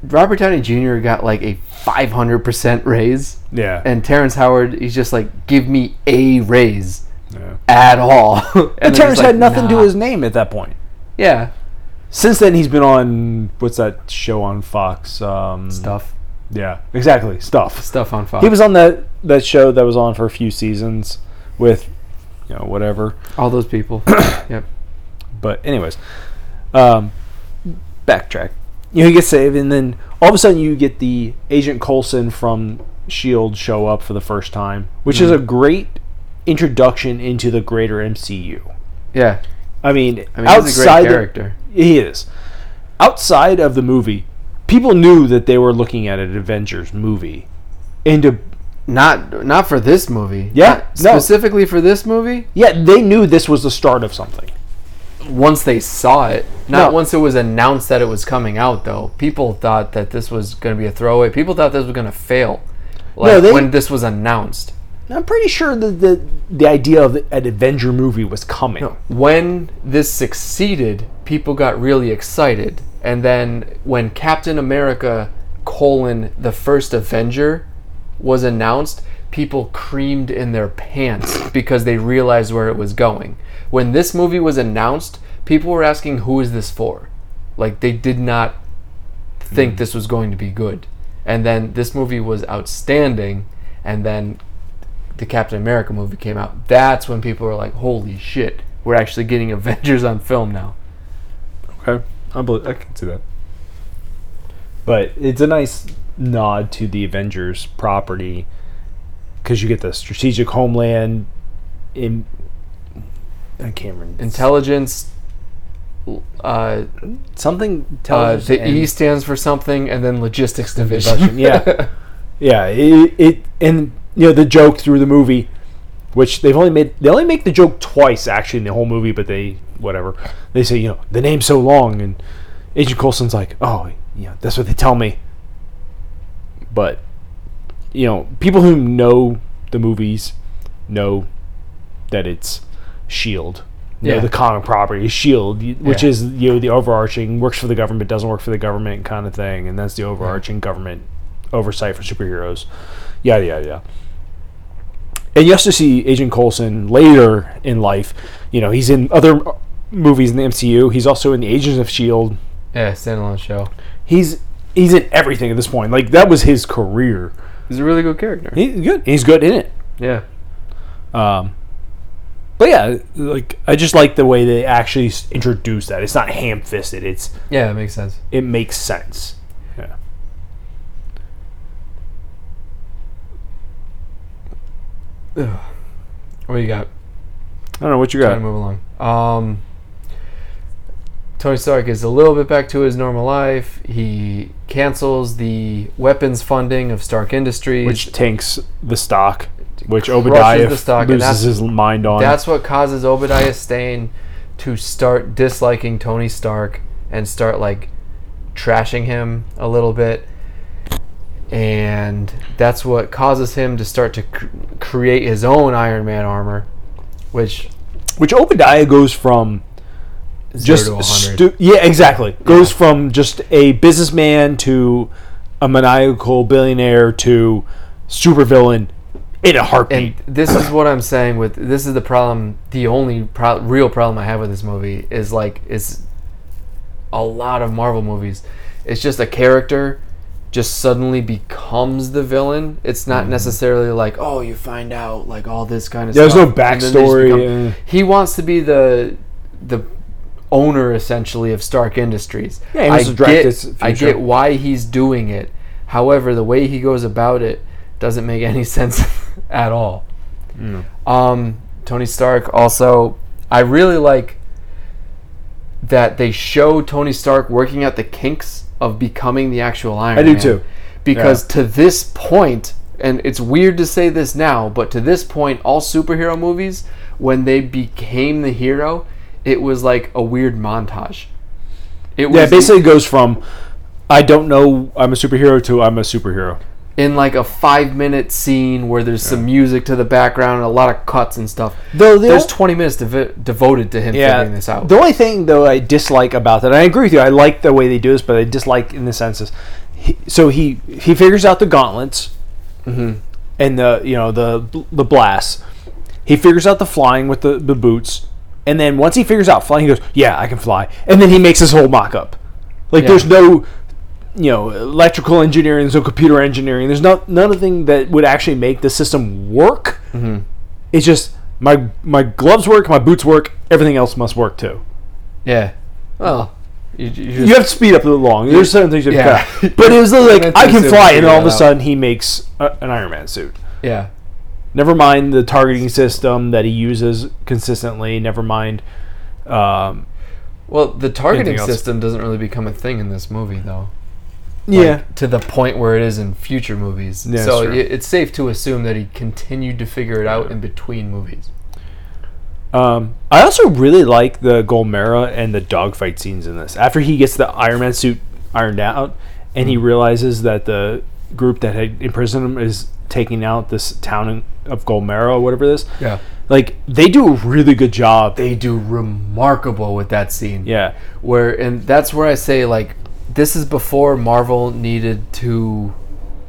Speaker 1: Robert Downey Jr. got like a 500% raise,
Speaker 2: Yeah.
Speaker 1: and Terrence Howard he's just like give me a raise
Speaker 2: yeah.
Speaker 1: at all. And they're
Speaker 2: But
Speaker 1: just
Speaker 2: Terrence
Speaker 1: like,
Speaker 2: had nothing
Speaker 1: "Nah."
Speaker 2: to his name at that point.
Speaker 1: yeah
Speaker 2: Since then, he's been on what's that show on Fox? Um,
Speaker 1: stuff
Speaker 2: Yeah, exactly. Stuff.
Speaker 1: stuff on Fox.
Speaker 2: He was on that that show that was on for a few seasons with, you know, whatever.
Speaker 1: all those people. yep.
Speaker 2: But anyways, um, backtrack. You know, he gets saved, and then all of a sudden, you get the Agent Coulson from Shield E show up for the first time, which is a great introduction into the greater MCU.
Speaker 1: Yeah.
Speaker 2: I mean,
Speaker 1: I mean, he's a great
Speaker 2: outside the-
Speaker 1: character.
Speaker 2: He is. Outside of the movie, people knew that they were looking at an Avengers movie. And uh, to,
Speaker 1: Not not for this movie.
Speaker 2: Yeah,
Speaker 1: Not
Speaker 2: no.
Speaker 1: Specifically for this movie,
Speaker 2: yeah, they knew this was the start of something.
Speaker 1: once they saw it, not
Speaker 2: No.
Speaker 1: once it was announced that it was coming out though. People thought that this was going to be a throwaway. People thought this was going to fail. Like
Speaker 2: they-
Speaker 1: when this was announced.
Speaker 2: I'm pretty sure that the the idea of an Avenger movie was coming.
Speaker 1: When this succeeded, people got really excited. And then when Captain America colon the first Avenger was announced, people creamed in their pants because they realized where it was going. When this movie was announced, people were asking who is this for? Like they did not think this was going to be good. And then this movie was outstanding and then the Captain America movie came out. That's when people were like, "Holy shit, we're actually getting Avengers on film now."
Speaker 2: Okay, I believe I can see that. But it's a nice nod to the Avengers property because you get the strategic homeland in. I can't remember
Speaker 1: Intelligence uh,
Speaker 2: something.
Speaker 1: uh,
Speaker 2: tells
Speaker 1: the E stands for something, and then logistics division.
Speaker 2: Russian, yeah, yeah. It, it and you know the joke through the movie, which they've only made they only make the joke twice actually in the whole movie, but they whatever they say you know the name's so long and Agent Coulson's like oh you know that's what they tell me, but you know people who know the movies know that it's Shield. You
Speaker 1: Yeah.
Speaker 2: E know, the common property shield y- which
Speaker 1: Yeah.
Speaker 2: is you know the overarching works for the government doesn't work for the government kind of thing and that's the overarching government oversight for superheroes yada yada yada and you also see agent coulson later in life you know he's in other uh, movies in the mcu he's also in the agents of shield
Speaker 1: yeah, standalone show.
Speaker 2: E he's he's in everything at this point like that was his career
Speaker 1: He's a really good character.
Speaker 2: he's good he's good in it
Speaker 1: Yeah,
Speaker 2: um, but yeah, like I just like the way they actually s- introduce that. It's not ham-fisted. It's
Speaker 1: yeah, it makes sense.
Speaker 2: it makes sense. Yeah.
Speaker 1: What you got?
Speaker 2: I don't know what you
Speaker 1: Trying to move along. Um, Tony Stark is a little bit back to his normal life. He cancels the weapons funding of Stark Industries.
Speaker 2: Which tanks the stock, which
Speaker 1: Crushes
Speaker 2: Obadiah
Speaker 1: the stock, and that's-
Speaker 2: loses his mind on.
Speaker 1: That's what causes Obadiah Stane to start disliking Tony Stark and start like trashing him a little bit. And that's what causes him to start to cr- create his own Iron Man armor, which
Speaker 2: which Obadiah goes from just
Speaker 1: to 100.
Speaker 2: stu- yeah, exactly. Goes from just a businessman to a maniacal billionaire to supervillain in a heartbeat.
Speaker 1: and this is what I'm saying with this is the problem. The only pro- real problem I have with this movie is like it's a lot of Marvel movies. It's just a character just suddenly becomes the villain. It's not necessarily like oh you find out like all this kind of
Speaker 2: Mm-hmm. Yeah, there's no
Speaker 1: stuff. and then they just
Speaker 2: backstory,
Speaker 1: become-
Speaker 2: yeah.
Speaker 1: He wants to be the the owner essentially of Stark Industries.
Speaker 2: Yeah, he
Speaker 1: I
Speaker 2: wants to direct
Speaker 1: get,
Speaker 2: its
Speaker 1: I
Speaker 2: future.
Speaker 1: get why he's doing it. However, the way he goes about it doesn't make any sense at all. Um, Tony Stark also, I really like that they show Tony Stark working out the kinks of becoming the actual Iron
Speaker 2: do
Speaker 1: Man.
Speaker 2: too.
Speaker 1: Because to this point, and it's weird to say this now, but to this point, all superhero movies, when they became the hero, it was like a weird montage. It was
Speaker 2: yeah, it basically goes from I don't know I'm a superhero to I'm a superhero.
Speaker 1: in like a five minute scene where there's some music to the background and a lot of cuts and stuff.
Speaker 2: Though the
Speaker 1: There's
Speaker 2: ol-
Speaker 1: 20 minutes dev- devoted to him figuring this out.
Speaker 2: The only thing though I dislike about that, and I agree with you, I like the way they do this, but I dislike in the sense is, he, so he he figures out the gauntlets,
Speaker 1: Mm-hmm.
Speaker 2: and the you know the the blasts. He figures out the flying with the, the boots, and then once he figures out flying, he goes, "Yeah, I can fly," and then he makes his whole mock up. Like
Speaker 1: Yeah.
Speaker 2: there's no you know electrical engineering, there's no computer engineering, there's no nothing that would actually make the system work.
Speaker 1: Mm-hmm.
Speaker 2: It's just my my gloves work, my boots work, everything else must work too.
Speaker 1: yeah. Well, you, you just,
Speaker 2: You have to speed up a little long. There's certain things you have
Speaker 1: Yeah.
Speaker 2: to cut. But it was like
Speaker 1: That's
Speaker 2: I can
Speaker 1: easy to
Speaker 2: fly, and
Speaker 1: figure
Speaker 2: all of
Speaker 1: that
Speaker 2: a
Speaker 1: out.
Speaker 2: sudden he makes a, an Iron Man suit.
Speaker 1: yeah.
Speaker 2: Never mind the targeting system that he uses consistently. Never mind. Um,
Speaker 1: Well, the targeting
Speaker 2: Anything else?
Speaker 1: system doesn't really become a thing in this movie, though.
Speaker 2: yeah,
Speaker 1: To the point where it is in future movies.
Speaker 2: Yeah,
Speaker 1: so
Speaker 2: sure.
Speaker 1: y it's safe to assume that he continued to figure it out in between movies.
Speaker 2: Um, I also really like the Golmera and the dogfight scenes in this. After he gets the Iron Man suit ironed out, and
Speaker 1: Mm-hmm.
Speaker 2: he realizes that the group that had imprisoned him is taking out this town in, of Golmera or whatever it is.
Speaker 1: Yeah.
Speaker 2: Like they do a really good job.
Speaker 1: They do remarkable with that scene.
Speaker 2: yeah,
Speaker 1: Where, and that's where I say, like, this is before Marvel needed to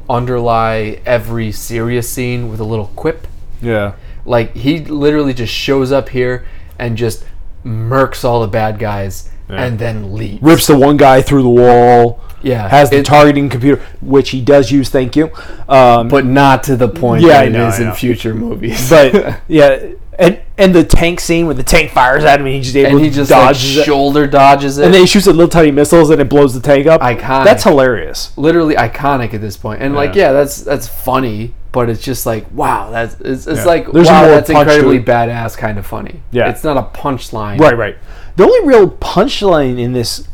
Speaker 1: underlie every serious scene with a little quip.
Speaker 2: Yeah.
Speaker 1: Like he literally just shows up here and just murks all the bad guys
Speaker 2: Yeah.
Speaker 1: and then leaves.
Speaker 2: Rips the one guy through the wall.
Speaker 1: yeah,
Speaker 2: Has the
Speaker 1: it-
Speaker 2: targeting computer, which he does use. Thank you. Um,
Speaker 1: but not to the point
Speaker 2: Yeah,
Speaker 1: that
Speaker 2: I know,
Speaker 1: it is
Speaker 2: I
Speaker 1: in
Speaker 2: know.
Speaker 1: future movies.
Speaker 2: but yeah, and and the tank scene where the tank fires at him and he just able
Speaker 1: and he
Speaker 2: to
Speaker 1: just like,
Speaker 2: dodge it.
Speaker 1: shoulder dodges it.
Speaker 2: and then he shoots at little tiny missiles and it blows the tank up.
Speaker 1: Iconic.
Speaker 2: That's hilarious.
Speaker 1: literally iconic at this point. And like,
Speaker 2: Yeah.
Speaker 1: yeah, that's that's funny, but it's just like, wow, that's it's, it's
Speaker 2: Yeah.
Speaker 1: like,
Speaker 2: There's
Speaker 1: wow,
Speaker 2: more
Speaker 1: that's
Speaker 2: punch to
Speaker 1: incredibly
Speaker 2: it.
Speaker 1: badass, kind of funny.
Speaker 2: Yeah.
Speaker 1: it's not a punchline.
Speaker 2: Right, right. The only real punchline in this,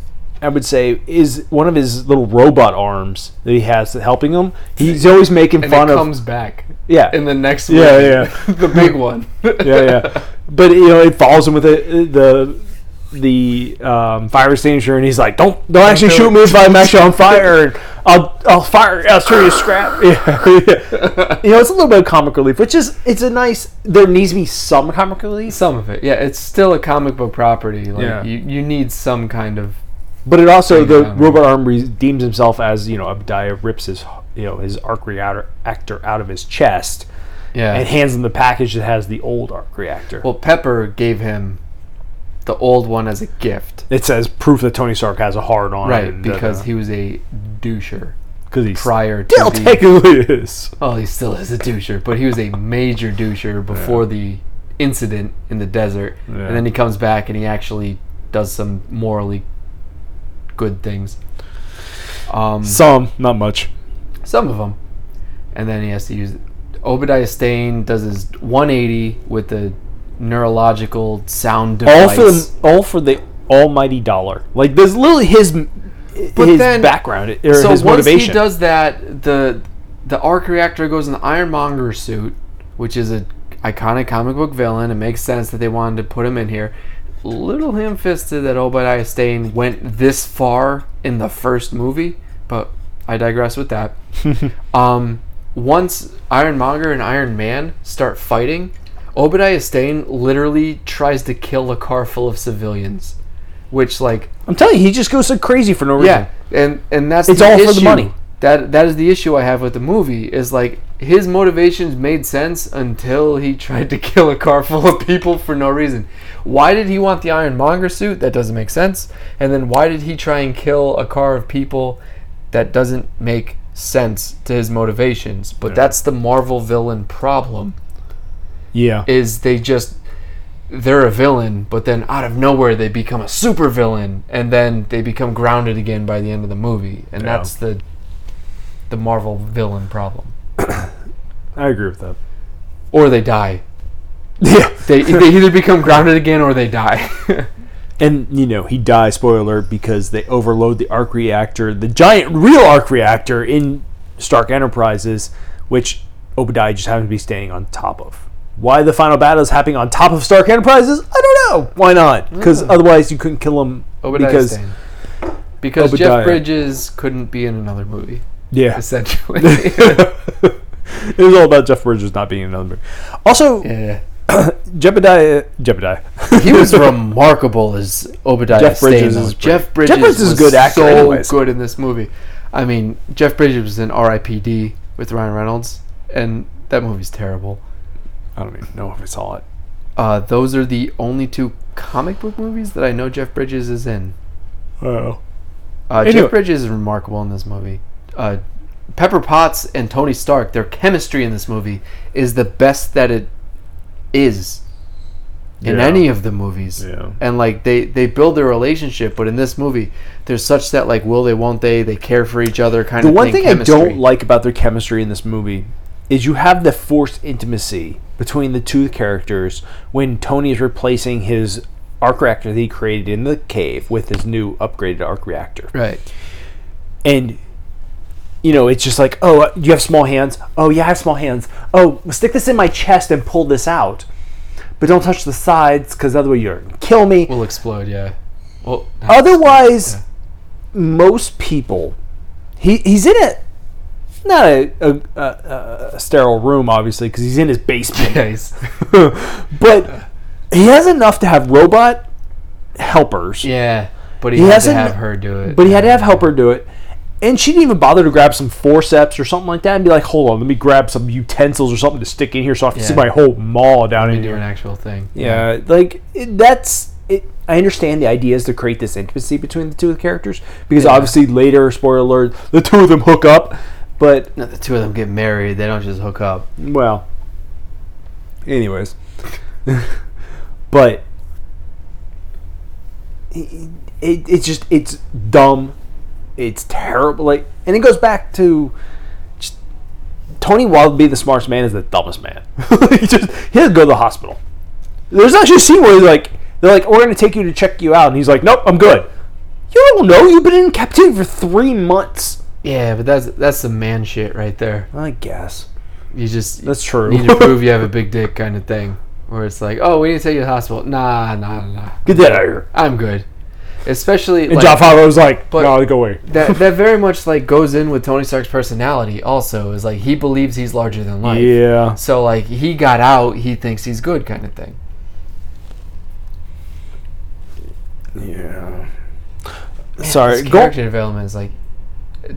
Speaker 2: I would say, is one of his little robot arms that he has that helping him. He's always making
Speaker 1: and
Speaker 2: fun
Speaker 1: it
Speaker 2: of.
Speaker 1: comes back
Speaker 2: yeah,
Speaker 1: in the next.
Speaker 2: Yeah,
Speaker 1: one.
Speaker 2: yeah.
Speaker 1: the big one.
Speaker 2: yeah, yeah. But you know, it follows him with the the the um, fire extinguisher, and he's like, "Don't don't actually
Speaker 1: do
Speaker 2: shoot
Speaker 1: it."
Speaker 2: me if I'm actually on fire. And I'll I'll fire. I'll show you scrap." Yeah, yeah. You know, it's a little bit of comic relief, which is it's a nice. There needs to be some comic relief,
Speaker 1: Some of it, yeah, it's still a comic book property. Like,
Speaker 2: Yeah.
Speaker 1: you you need some kind of
Speaker 2: but it also the
Speaker 1: Yeah.
Speaker 2: robot arm redeems himself as you know Abdiah rips his you know his arc reactor actor out of his chest
Speaker 1: yeah.
Speaker 2: and hands him the package that has the old arc reactor.
Speaker 1: well, Pepper gave him the old one as a gift,
Speaker 2: it says proof that Tony Stark has a hard on, uh,
Speaker 1: right? Because he was a doucher
Speaker 2: because he's
Speaker 1: prior to
Speaker 2: Still
Speaker 1: the-
Speaker 2: technically is.
Speaker 1: Oh, he still is a doucher, but he was a major doucher before the incident in the desert,
Speaker 2: Yeah.
Speaker 1: and then he comes back and he actually does some morally good things. Um,
Speaker 2: Some, not much.
Speaker 1: some of them, and then he has to use Obadiah Stane does his 180 with the neurological sound
Speaker 2: All
Speaker 1: device.
Speaker 2: for the, all for the almighty dollar. Like there's literally his
Speaker 1: But
Speaker 2: his
Speaker 1: then-
Speaker 2: background or
Speaker 1: so
Speaker 2: his
Speaker 1: once
Speaker 2: motivation.
Speaker 1: he does that, the the arc reactor goes in the Ironmonger suit, which is a iconic comic book villain. It makes sense that they wanted to put him in here. Little ham fisted that Obadiah Stane went this far in the first movie, but I digress with that. um, once Ironmonger and Iron Man start fighting, Obadiah Stane literally tries to kill a car full of civilians, which like
Speaker 2: I'm telling you, he just goes so crazy for no reason.
Speaker 1: yeah, and and that's
Speaker 2: It's all for the money.
Speaker 1: That that is the issue I have with the movie is like his motivations made sense until he tried to kill a car full of people for no reason. Why did he want the Ironmonger suit? That doesn't make sense. And then why did he try and kill a car of people? That doesn't make sense to his motivations. But that's the Marvel villain problem
Speaker 2: Yeah.
Speaker 1: is they just they're a villain, but then out of nowhere they become a super villain, and then they become grounded again by the end of the movie, and
Speaker 2: Yeah.
Speaker 1: that's the the Marvel villain problem.
Speaker 2: I agree with that.
Speaker 1: Or they die.
Speaker 2: Yeah.
Speaker 1: They they either become grounded again or they die.
Speaker 2: And you know, he dies, spoiler alert, because they overload the arc reactor, the giant real arc reactor in Stark Enterprises, which Obadiah just happens to be standing on top of. Why the final battle is happening on top of Stark Enterprises? I don't know. Why not? Because
Speaker 1: Mm.
Speaker 2: otherwise you couldn't kill him.
Speaker 1: Obadiah
Speaker 2: because
Speaker 1: Stane. because
Speaker 2: Obadiah.
Speaker 1: Jeff Bridges couldn't be in another movie,
Speaker 2: yeah,
Speaker 1: essentially.
Speaker 2: it was all about Jeff Bridges not being in another movie. Also,
Speaker 1: yeah.
Speaker 2: Jebediah, Jebediah,
Speaker 1: He was remarkable as Obadiah
Speaker 2: Jeff Bridges
Speaker 1: Stane, though.
Speaker 2: is pretty-
Speaker 1: Jeff Bridges,
Speaker 2: Jeff Bridges is
Speaker 1: was
Speaker 2: a good actor
Speaker 1: so
Speaker 2: anyways.
Speaker 1: good in this movie. I mean, Jeff Bridges was in R.I.P.D. with Ryan Reynolds, and that movie's terrible.
Speaker 2: I don't even know if I saw it.
Speaker 1: Uh, those are the only two comic book movies that I know Jeff Bridges is in.
Speaker 2: Oh,
Speaker 1: Uh,
Speaker 2: Anyway.
Speaker 1: Jeff Bridges is remarkable in this movie. Uh, Pepper Potts and Tony Stark, their chemistry in this movie is the best that it is in
Speaker 2: Yeah.
Speaker 1: any of the movies.
Speaker 2: Yeah.
Speaker 1: And like they they build their relationship, but in this movie, there's such that like will they, won't they? They care for each other, kind
Speaker 2: The
Speaker 1: of.
Speaker 2: one thing
Speaker 1: thing
Speaker 2: I
Speaker 1: chemistry.
Speaker 2: don't like about their chemistry in this movie is you have the forced intimacy between the two characters when Tony is replacing his arc reactor that he created in the cave with his new upgraded arc reactor.
Speaker 1: Right.
Speaker 2: And you know, it's just like, "Oh, uh, you have small hands." "Oh, yeah, I have small hands." "Oh, stick this in my chest and pull this out." But don't touch the sides cuz otherwise you're gonna kill me.
Speaker 1: Will explode. Yeah. Well.
Speaker 2: Otherwise, most people, he he's in a not a, a, a, a sterile room, obviously, because he's in his basement.
Speaker 1: Guys.
Speaker 2: but he has enough to have robot helpers
Speaker 1: Yeah. But he,
Speaker 2: He
Speaker 1: had to
Speaker 2: hasn't-
Speaker 1: have her do it.
Speaker 2: But he had to have help her do it. And she didn't even bother to grab some forceps or something like that and be like, hold on, let me grab some utensils or something to stick in here so I can see
Speaker 1: Yeah.
Speaker 2: my whole maw down in
Speaker 1: do
Speaker 2: here.
Speaker 1: an actual thing.
Speaker 2: Yeah, like it, that's it. I understand the idea is to create this intimacy between the two of the characters because
Speaker 1: Yeah.
Speaker 2: obviously later, spoiler alert, the two of them hook up. But
Speaker 1: Not the two of them get married. They don't just hook up.
Speaker 2: well, anyways, but it, it, it's just it's dumb. It's terrible. Like, and it goes back to just Tony Wildby, the smartest man, is the dumbest man. he just he'll go to the hospital. There's actually a scene where he's like they're like, "We're gonna take you to check you out," and he's like, "Nope, I'm good." You don't know. You've been in captivity for three months.
Speaker 1: Yeah, but that's that's the man shit right there.
Speaker 2: I guess
Speaker 1: You just
Speaker 2: that's true.
Speaker 1: need to prove you have a big dick kind of thing. Where it's like, oh, we need to take you to the hospital. Nah, nah, nah.
Speaker 2: Get that out of here.
Speaker 1: I'm good. Especially
Speaker 2: And
Speaker 1: like,
Speaker 2: John Favreau was like,
Speaker 1: but-
Speaker 2: "No, go away."
Speaker 1: that that very much like goes in with Tony Stark's personality. Also, is like he believes he's larger than life.
Speaker 2: Yeah.
Speaker 1: So like he got out, he thinks he's good kind of thing.
Speaker 2: Yeah. Sorry.
Speaker 1: His
Speaker 2: Go.
Speaker 1: character development is like t-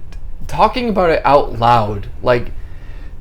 Speaker 1: talking about it out loud. Like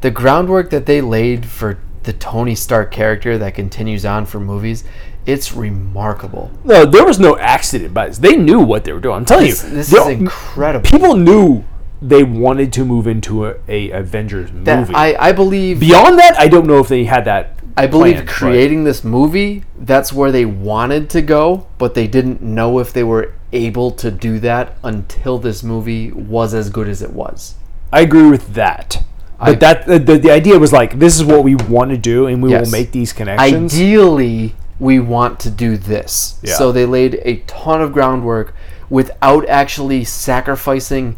Speaker 1: the groundwork that they laid for the Tony Stark character that continues on for movies, it's remarkable.
Speaker 2: No, there was no accident, but they knew what they were doing. I'm telling
Speaker 1: This,
Speaker 2: you,
Speaker 1: this
Speaker 2: they-
Speaker 1: is incredible.
Speaker 2: people knew they wanted to move into a, a Avengers movie.
Speaker 1: That I, I believe
Speaker 2: Beyond that, I don't know if they had that.
Speaker 1: I believe
Speaker 2: planned, but-
Speaker 1: creating this movie, that's where they wanted to go, but they didn't know if they were able to do that until this movie was as good as it was.
Speaker 2: I agree with that. But
Speaker 1: I-
Speaker 2: that the, the, the idea was like this is what we want to do, and we
Speaker 1: Yes.
Speaker 2: will make these connections.
Speaker 1: Ideally, we want to do this.
Speaker 2: Yeah.
Speaker 1: So they laid a ton of groundwork without actually sacrificing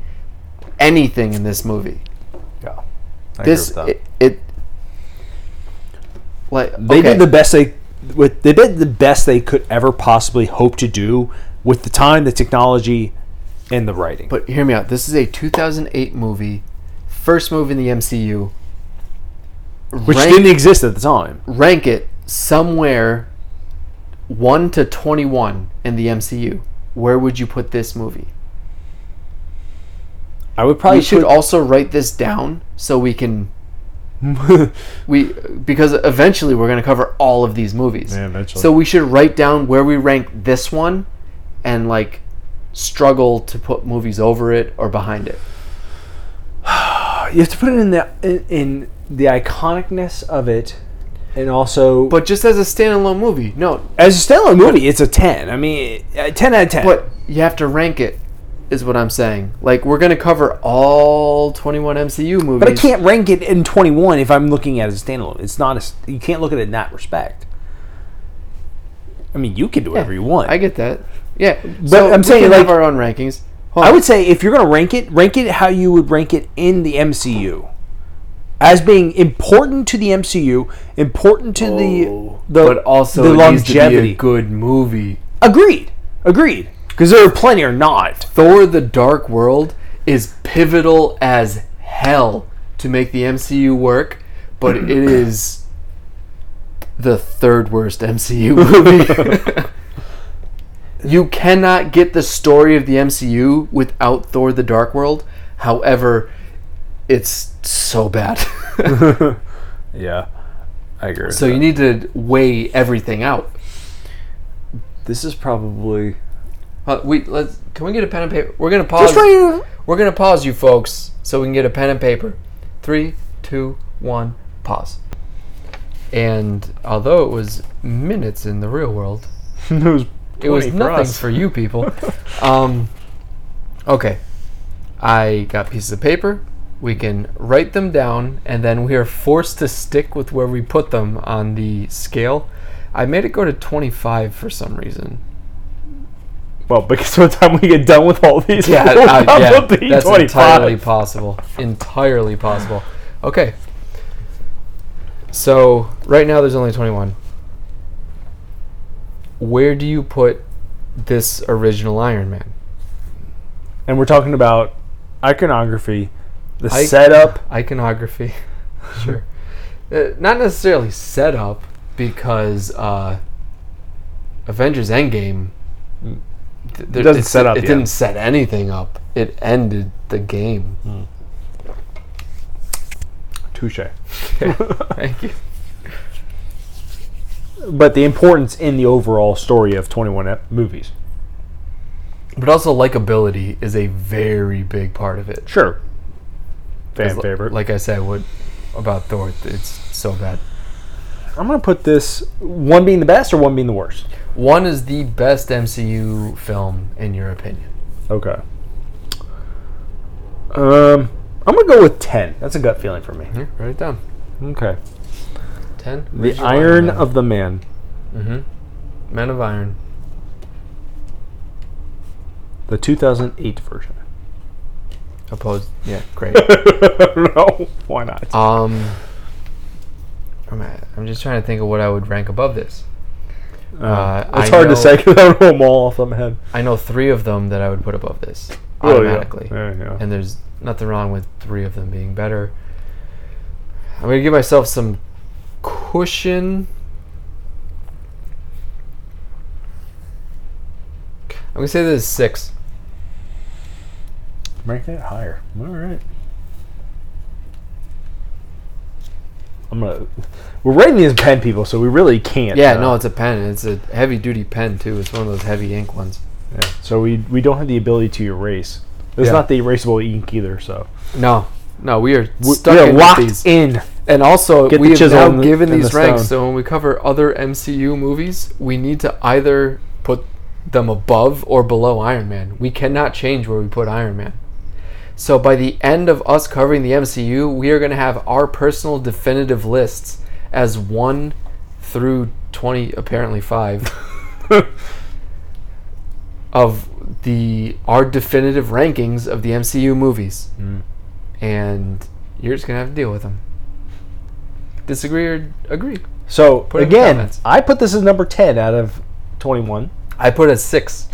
Speaker 1: anything in this movie.
Speaker 2: yeah, I agree
Speaker 1: This
Speaker 2: with that.
Speaker 1: it, it like
Speaker 2: they
Speaker 1: okay.
Speaker 2: did the best they with they did the best they could ever possibly hope to do with the time, the technology, and the writing.
Speaker 1: But hear me out. This is a 2008 movie, first movie in the MCU.
Speaker 2: which
Speaker 1: rank,
Speaker 2: didn't exist at the time.
Speaker 1: rank it somewhere 1 to 21 in the MCU. Where would you put this movie?
Speaker 2: I would
Speaker 1: We
Speaker 2: probably
Speaker 1: should
Speaker 2: put-
Speaker 1: also write this down so we can we because eventually we're going to cover all of these movies.
Speaker 2: Yeah, eventually.
Speaker 1: So we should write down where we rank this one and like struggle to put movies over it or behind it.
Speaker 2: you have to put it in the in, in the iconicness of it, and also
Speaker 1: But just as a standalone movie. No,
Speaker 2: as a standalone movie, it's a ten. I mean, a ten out of ten.
Speaker 1: But you have to rank it, is what I'm saying. Like we're gonna cover all 21 MCU movies.
Speaker 2: but I can't rank it in twenty one if I'm looking at it as a standalone. It's not. A, s- you can't look at it in that respect. I mean, you can do whatever you want.
Speaker 1: I get that. Yeah, but
Speaker 2: I'm saying, like-
Speaker 1: have our own rankings. Hold
Speaker 2: I
Speaker 1: on.
Speaker 2: would say if you're going to rank it, rank it how you would rank it in the MCU. As being important to the MCU, important to
Speaker 1: Oh,
Speaker 2: the, the
Speaker 1: but also
Speaker 2: the
Speaker 1: it
Speaker 2: longevity.
Speaker 1: needs to be a good movie.
Speaker 2: Agreed. Agreed. Because there are plenty are not.
Speaker 1: Thor: The Dark World is pivotal as hell to make the MCU work, but it is the third worst MCU movie. you cannot get the story of the MCU without Thor: The Dark World. However, it's so bad.
Speaker 2: Yeah, I agree.
Speaker 1: so you need to weigh everything out.
Speaker 2: this is probably
Speaker 1: Uh, we let's can we get a pen and paper? We're gonna pause.
Speaker 2: just right.
Speaker 1: We're gonna pause you folks so we can get a pen and paper. Three, two, one, pause. And although it was minutes in the real world, it was
Speaker 2: 20 for
Speaker 1: nothing
Speaker 2: us.
Speaker 1: for you people. um, okay, I got pieces of paper. We can write them down, and then we are forced to stick with where we put them on the scale. I made it go to 25 for some reason.
Speaker 2: Well, because by the time we get done with all these,
Speaker 1: Yeah,
Speaker 2: we'll
Speaker 1: I- yeah,
Speaker 2: probably be
Speaker 1: that's
Speaker 2: 25.
Speaker 1: entirely possible. Entirely possible. Okay. So right now there's only 21. Where do you put this original Iron Man?
Speaker 2: And we're talking about iconography, the
Speaker 1: Ic-
Speaker 2: setup.
Speaker 1: Iconography. sure. Uh, not necessarily set up because uh, Avengers Endgame th- there-
Speaker 2: doesn't
Speaker 1: it
Speaker 2: set
Speaker 1: di-
Speaker 2: up
Speaker 1: It
Speaker 2: yet.
Speaker 1: didn't set anything up. It ended the game.
Speaker 2: Hmm. Touche.
Speaker 1: Thank you.
Speaker 2: But the importance in the overall story of 21 ep- movies.
Speaker 1: But also, likability is a very big part of it.
Speaker 2: Sure. Fan
Speaker 1: Because li-
Speaker 2: favorite.
Speaker 1: Like I said, what about Thor? It's so bad.
Speaker 2: I'm gonna put this one being the best or one being the worst.
Speaker 1: One is the best MCU film in your opinion.
Speaker 2: Okay. Um, I'm gonna go with ten. That's a gut feeling for me.
Speaker 1: Here, write it down.
Speaker 2: Okay.
Speaker 1: Ten.
Speaker 2: The Iron of the Man.
Speaker 1: hmm Men of Iron.
Speaker 2: The 2008 version.
Speaker 1: Opposed. Yeah, great.
Speaker 2: no, why not?
Speaker 1: um, I'm, at- I'm just trying to think of what I would rank above this. uh, I
Speaker 2: it's hard
Speaker 1: know-
Speaker 2: to say because I don't know them all off the top of my head.
Speaker 1: I know three of them that I would put above this
Speaker 2: Well, yeah.
Speaker 1: automatically,
Speaker 2: Oh, Yeah, yeah.
Speaker 1: and there's nothing wrong with three of them being better. I'm gonna give myself some cushion. I'm gonna say this is six.
Speaker 2: Rank that higher. All right. I'm gonna. We're rating these in pen people, so we really can't.
Speaker 1: Yeah,
Speaker 2: uh,
Speaker 1: no, it's a pen. It's a heavy duty pen too. It's one of those heavy ink ones.
Speaker 2: Yeah. So we we don't have the ability to erase. It's
Speaker 1: Yeah.
Speaker 2: not the erasable ink either. So
Speaker 1: No, no, we are
Speaker 2: we
Speaker 1: stuck
Speaker 2: are
Speaker 1: in with
Speaker 2: locked
Speaker 1: these.
Speaker 2: in.
Speaker 1: And also,
Speaker 2: Get the
Speaker 1: we have
Speaker 2: chisel
Speaker 1: now
Speaker 2: and the-
Speaker 1: given
Speaker 2: and
Speaker 1: these
Speaker 2: the
Speaker 1: ranks.
Speaker 2: stone.
Speaker 1: So when we cover other MCU movies, we need to either put them above or below Iron Man. We cannot change where we put Iron Man. So by the end of us covering the MCU, we are going to have our personal definitive lists as one through twenty, apparently five, of the our definitive rankings of the MCU movies,
Speaker 2: Mm.
Speaker 1: and you're just gonna have to deal with them. Disagree or agree?
Speaker 2: So
Speaker 1: Put it in the
Speaker 2: again,
Speaker 1: comments.
Speaker 2: I put this as number ten out of twenty-one.
Speaker 1: I put a six.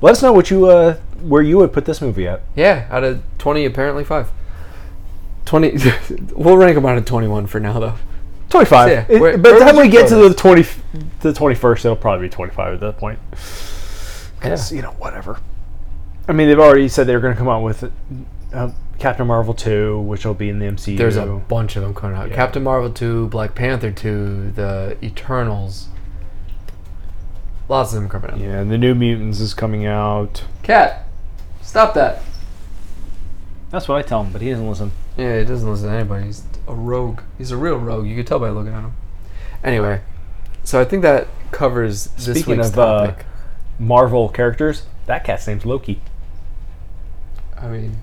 Speaker 2: Let us know what you uh where you would put this movie at.
Speaker 1: Yeah, out of twenty, apparently five. Twenty. we'll rank them out of twenty-one for now, though.
Speaker 2: Twenty-five.
Speaker 1: Yeah,
Speaker 2: It-
Speaker 1: where-
Speaker 2: by the
Speaker 1: where
Speaker 2: time
Speaker 1: would
Speaker 2: we
Speaker 1: you put
Speaker 2: get to the twenty, the twenty-first, it'll probably be twenty-five at that point. 'Cause, you know whatever. I mean, they've already said they're going to come out with uh, Captain Marvel two, which will be in the MCU.
Speaker 1: There's a bunch of them coming out. Captain Marvel two, Black Panther two, the Eternals. Lots of them coming out.
Speaker 2: yeah, and the New Mutants is coming out.
Speaker 1: Cat, stop that.
Speaker 2: That's what I tell him, but he doesn't listen.
Speaker 1: Yeah, he doesn't listen to anybody. He's a rogue. He's a real rogue. You can tell by looking at him. Anyway, so I think that covers this
Speaker 2: Speaking
Speaker 1: week's
Speaker 2: of, uh,
Speaker 1: topic.
Speaker 2: Marvel characters. That cat's name's Loki.
Speaker 1: I mean,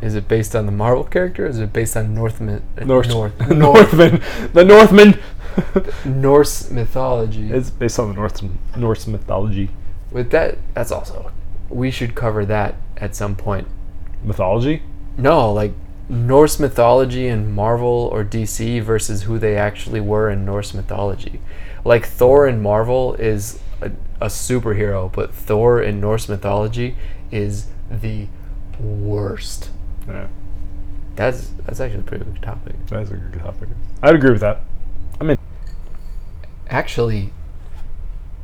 Speaker 1: is it based on the Marvel character? Or is it based on Northman?
Speaker 2: Norse.
Speaker 1: North,
Speaker 2: Northman. The Northman.
Speaker 1: Norse mythology.
Speaker 2: it's based on the Norse Norse mythology.
Speaker 1: With that, that's also. We should cover that at some point.
Speaker 2: Mythology.
Speaker 1: No, like Norse mythology and Marvel or DC versus who they actually were in Norse mythology. Like Thor in Marvel is a, a superhero, but Thor in Norse mythology is the worst.
Speaker 2: Yeah,
Speaker 1: That's that's actually a pretty good topic.
Speaker 2: that's a good topic. I'd agree with that.
Speaker 1: Actually,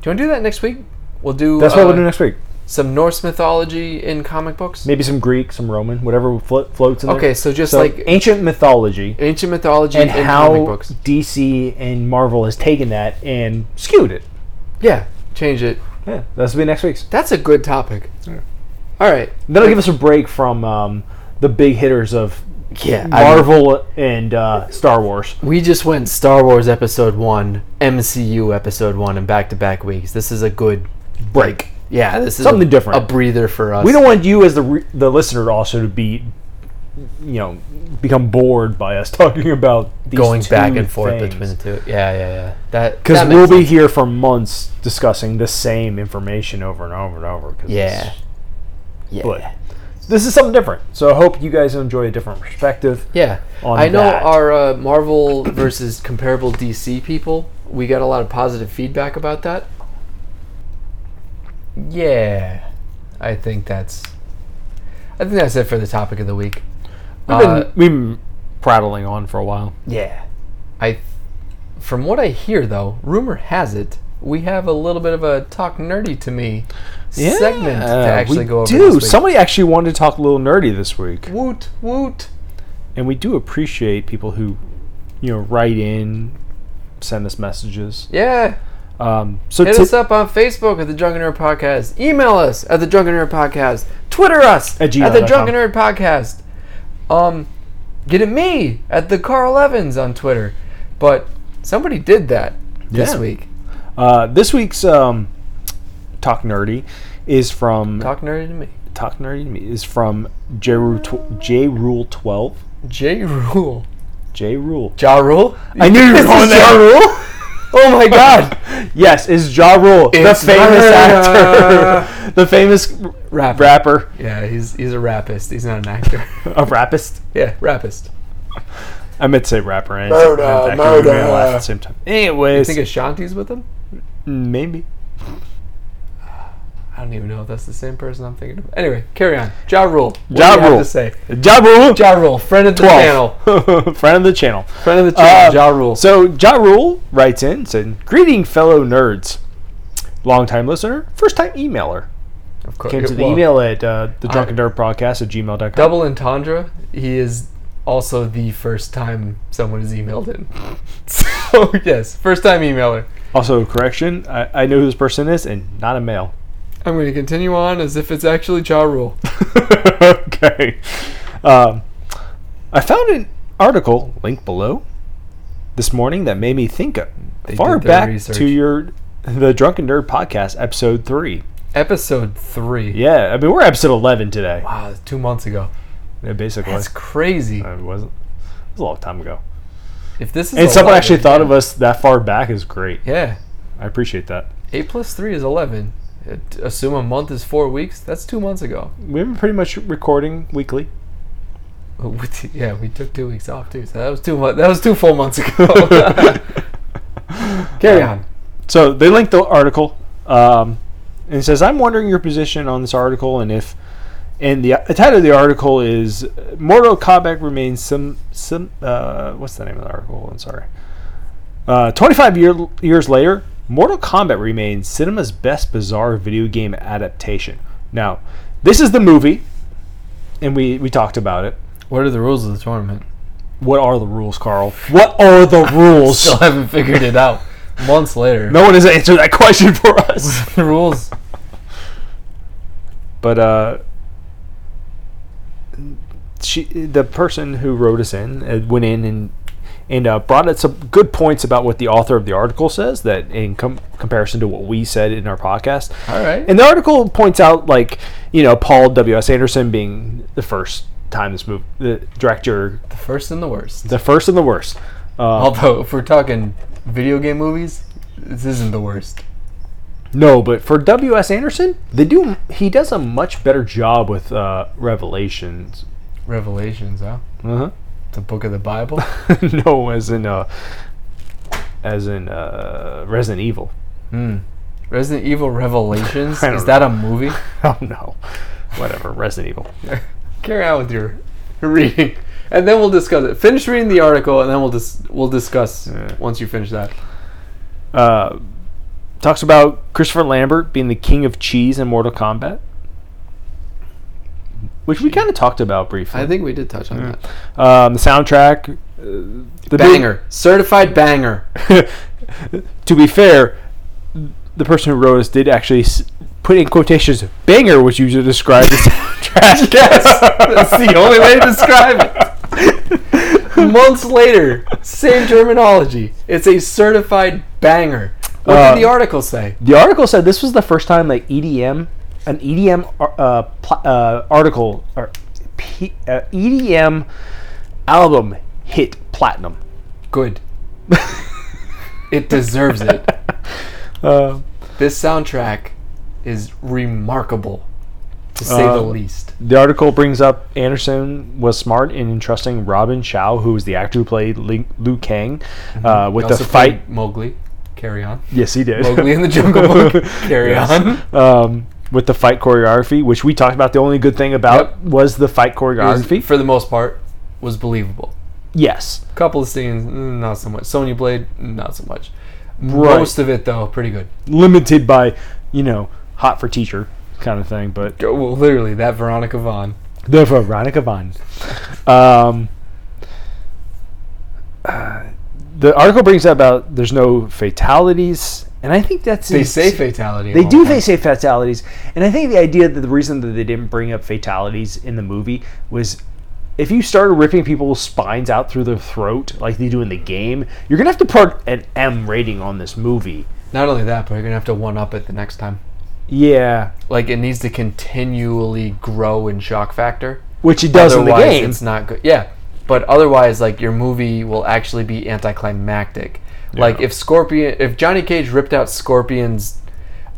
Speaker 1: do you want to do that next week? We'll do
Speaker 2: That's what
Speaker 1: uh,
Speaker 2: we'll do next week.
Speaker 1: some Norse mythology in comic books.
Speaker 2: Maybe some Greek, some Roman, whatever flo- floats in there.
Speaker 1: Okay, so just
Speaker 2: So
Speaker 1: like
Speaker 2: ancient mythology
Speaker 1: ancient mythology
Speaker 2: and
Speaker 1: in
Speaker 2: how
Speaker 1: comic books.
Speaker 2: DC and Marvel has taken that and skewed it.
Speaker 1: Yeah, change it.
Speaker 2: Yeah, that's be next week's.
Speaker 1: That's a good topic. All right.
Speaker 2: That'll give us a break from um, the big hitters of
Speaker 1: Yeah,
Speaker 2: Marvel and uh, Star Wars.
Speaker 1: we just went Star Wars Episode One, MCU Episode One, and back to back weeks. This is a good break. Yeah, this is
Speaker 2: Something
Speaker 1: a,
Speaker 2: different.
Speaker 1: a breather for us.
Speaker 2: We don't want you as the re- the listener also to be, you know, become bored by us talking about these
Speaker 1: going
Speaker 2: two
Speaker 1: back and forth
Speaker 2: things.
Speaker 1: between the two. Yeah, yeah, yeah. That
Speaker 2: because
Speaker 1: that
Speaker 2: we'll
Speaker 1: makes
Speaker 2: be
Speaker 1: sense.
Speaker 2: here for months discussing the same information over and over and over. 'cause it's-
Speaker 1: Yeah, yeah,
Speaker 2: But this is something different. So I hope you guys enjoy a different perspective.
Speaker 1: yeah.
Speaker 2: on
Speaker 1: I know
Speaker 2: that.
Speaker 1: our uh, Marvel versus comparable DC people. We got a lot of positive feedback about that. Yeah, I think that's. I think that's it for the topic of the week.
Speaker 2: We've been,
Speaker 1: Uh,
Speaker 2: we've been prattling on for a while.
Speaker 1: Yeah. I from what I hear though, rumor has it we have a little bit of a talk nerdy to me
Speaker 2: Yeah,
Speaker 1: segment to actually
Speaker 2: we
Speaker 1: go over.
Speaker 2: do.
Speaker 1: this week.
Speaker 2: Somebody actually wanted to talk a little nerdy this week,
Speaker 1: woot woot.
Speaker 2: and we do appreciate people who, you know, write in, send us messages.
Speaker 1: Yeah,
Speaker 2: Um, so
Speaker 1: hit
Speaker 2: to-
Speaker 1: us up on Facebook at the Drunken Nerd Podcast. Email us at the Drunken Nerd Podcast. Twitter us
Speaker 2: At
Speaker 1: at the
Speaker 2: gmail.com.
Speaker 1: Drunken Nerd Podcast. Um, get at me at the Carl Evans on Twitter. But somebody did that this
Speaker 2: Yeah.
Speaker 1: week.
Speaker 2: uh, this week's um, talk nerdy is from talk,
Speaker 1: Talk nerdy to me.
Speaker 2: nerdy to me is from J Rule tw- J Rule twelve
Speaker 1: J Rule.
Speaker 2: J Rule.
Speaker 1: Ja Rule.
Speaker 2: I knew you were
Speaker 1: This
Speaker 2: going
Speaker 1: is Ja
Speaker 2: there.
Speaker 1: Rule. Oh my God.
Speaker 2: Yes, is Ja Rule
Speaker 1: It's
Speaker 2: the famous
Speaker 1: Ja-
Speaker 2: actor, the famous
Speaker 1: Rapper.
Speaker 2: rapper,
Speaker 1: yeah, he's he's a rapist. He's not an actor.
Speaker 2: a rapist.
Speaker 1: yeah, rapist.
Speaker 2: I meant to say rapper. And
Speaker 1: Murder,
Speaker 2: actor,
Speaker 1: murder.
Speaker 2: and laugh At the same time.
Speaker 1: You
Speaker 2: Anyways,
Speaker 1: think Ashanti's with him?
Speaker 2: maybe.
Speaker 1: I don't even know if that's the same person I'm thinking of. Anyway, carry on. Ja Rule. What
Speaker 2: Ja
Speaker 1: do you
Speaker 2: Rule.
Speaker 1: have to say?
Speaker 2: Ja Rule
Speaker 1: Ja Rule, friend of the channel.
Speaker 2: 12. Friend of the channel.
Speaker 1: Friend of the
Speaker 2: Uh,
Speaker 1: channel, Ja Rule.
Speaker 2: So Ja Rule writes in saying, Greeting fellow nerds. Long time listener, first time emailer.
Speaker 1: of course.
Speaker 2: Came to the
Speaker 1: Well,
Speaker 2: email at uh, the drunken nerd podcast at gmail.com.
Speaker 1: Double entendre, he is also the first time someone has emailed in. So, yes, first time emailer.
Speaker 2: Also, correction, I, I know who this person is and not a male.
Speaker 1: I'm going to continue on as if it's actually Ja Rule.
Speaker 2: okay. Um, I found an article, link below, this morning that made me think of
Speaker 1: They
Speaker 2: far
Speaker 1: did their
Speaker 2: back
Speaker 1: research.
Speaker 2: to your the Drunken Nerd podcast, episode three.
Speaker 1: Episode 3.
Speaker 2: Yeah, I mean, we're episode 11 today,
Speaker 1: Wow, that's two months ago.
Speaker 2: yeah, basically.
Speaker 1: That's crazy.
Speaker 2: Uh, it wasn't. It was a long time ago.
Speaker 1: If this is
Speaker 2: And someone
Speaker 1: 11,
Speaker 2: actually thought of us that far back is great.
Speaker 1: Yeah.
Speaker 2: I appreciate that.
Speaker 1: 8 plus 3 is 11. Uh, t- Assume a month is 4 weeks. That's 2 months ago.
Speaker 2: We've been pretty much recording weekly.
Speaker 1: Uh, we t- yeah, we took 2 weeks off too. So that was 2 mo- that was 2 full months ago. Oh, Carry on.
Speaker 2: So they linked the article, um, and it says, "I'm wondering your position on this article, and if." And the, the title of the article is uh, "Mortal Kombat remains some some uh, what's the name of the article? I'm sorry. Uh, 25 year, years later, Mortal Kombat remains cinema's best bizarre video game adaptation. Now, this is the movie, and we we talked about it.
Speaker 1: What are the rules of the tournament?
Speaker 2: What are the rules, Carl? What are the rules?
Speaker 1: Still haven't figured it out. Months later.
Speaker 2: no one has answered that question for us.
Speaker 1: The rules.
Speaker 2: But uh, she, the person who wrote us in, uh, went in and and uh, brought up some good points about what the author of the article says. That in com- comparison to what we said in our podcast,
Speaker 1: All right.
Speaker 2: and the article points out like you know Paul W S Anderson being the first time this movie, the director,
Speaker 1: the first and the worst.
Speaker 2: the first and the worst. Uh,
Speaker 1: Although, if we're talking video game movies, this isn't the worst.
Speaker 2: no, but for W S Anderson, they do he does a much better job with uh, Revelations.
Speaker 1: Revelations, huh?
Speaker 2: Uh huh.
Speaker 1: The book of the Bible?
Speaker 2: no, as in uh, as in uh, Resident Evil.
Speaker 1: Hmm. Resident Evil Revelations?
Speaker 2: I don't
Speaker 1: Is that a movie?
Speaker 2: Oh no, whatever, Resident Evil.
Speaker 1: Carry on with your reading. And then we'll discuss it. Finish reading the article, and then we'll dis- we'll discuss
Speaker 2: Yeah.
Speaker 1: once you finish that.
Speaker 2: Uh, talks about Christopher Lambert being the king of cheese in Mortal Kombat, which we kind of talked about briefly.
Speaker 1: I think we did touch on that.
Speaker 2: um, the soundtrack, uh, the
Speaker 1: Banger, certified banger.
Speaker 2: to be fair, the person who wrote us did actually s- put in quotations "banger," which you just described as soundtrack.
Speaker 1: Yes, that's the only way to describe it. Months later, same terminology. It's a certified banger. What
Speaker 2: Uh,
Speaker 1: did the article say?
Speaker 2: The article said this was the first time that EDM, an EDM ar- uh, pl- uh, article or P, uh, EDM album hit platinum.
Speaker 1: Good. it deserves it.
Speaker 2: Uh,
Speaker 1: This soundtrack is remarkable, to say the
Speaker 2: Uh,
Speaker 1: least.
Speaker 2: the article brings up Anderson was smart in entrusting Robin Chow, who was the actor who played Ling- Liu Kang, uh, with
Speaker 1: Mm-hmm.
Speaker 2: the
Speaker 1: Also
Speaker 2: fight.
Speaker 1: played Mowgli. Carry on.
Speaker 2: Yes, he did.
Speaker 1: Mowgli in the Jungle Book. Carry
Speaker 2: Yes.
Speaker 1: on.
Speaker 2: Um, with the fight choreography, which we talked about, the only good thing about
Speaker 1: Yep.
Speaker 2: was the fight
Speaker 1: It
Speaker 2: choreography.
Speaker 1: was- for the most part, was believable.
Speaker 2: yes,
Speaker 1: Couple of scenes, mm, not so much. Sonya Blade, mm, not so much.
Speaker 2: Right.
Speaker 1: Most of it, though, pretty good.
Speaker 2: limited by, you know, hot for teacher kind of thing. But
Speaker 1: Go- Well, literally, that Veronica Vaughn.
Speaker 2: the Veronica Vaughn. Um, uh, the article brings up about there's no fatalities, and I think that's
Speaker 1: They
Speaker 2: ins-
Speaker 1: say fatality.
Speaker 2: They
Speaker 1: at
Speaker 2: do
Speaker 1: one
Speaker 2: they
Speaker 1: point.
Speaker 2: say fatalities, and I think the idea that the reason that they didn't bring up fatalities in the movie was if you started ripping people's spines out through their throat like they do in the game, you're gonna have to put an M rating on this movie.
Speaker 1: Not only that, but you're gonna have to one up it the next time.
Speaker 2: Yeah,
Speaker 1: Like it needs to continually grow in shock factor.
Speaker 2: which it does
Speaker 1: otherwise,
Speaker 2: in the game.
Speaker 1: it's not good. Yeah, but otherwise, like your movie will actually be anticlimactic. Like
Speaker 2: Yeah.
Speaker 1: if Scorpion, if Johnny Cage ripped out Scorpion's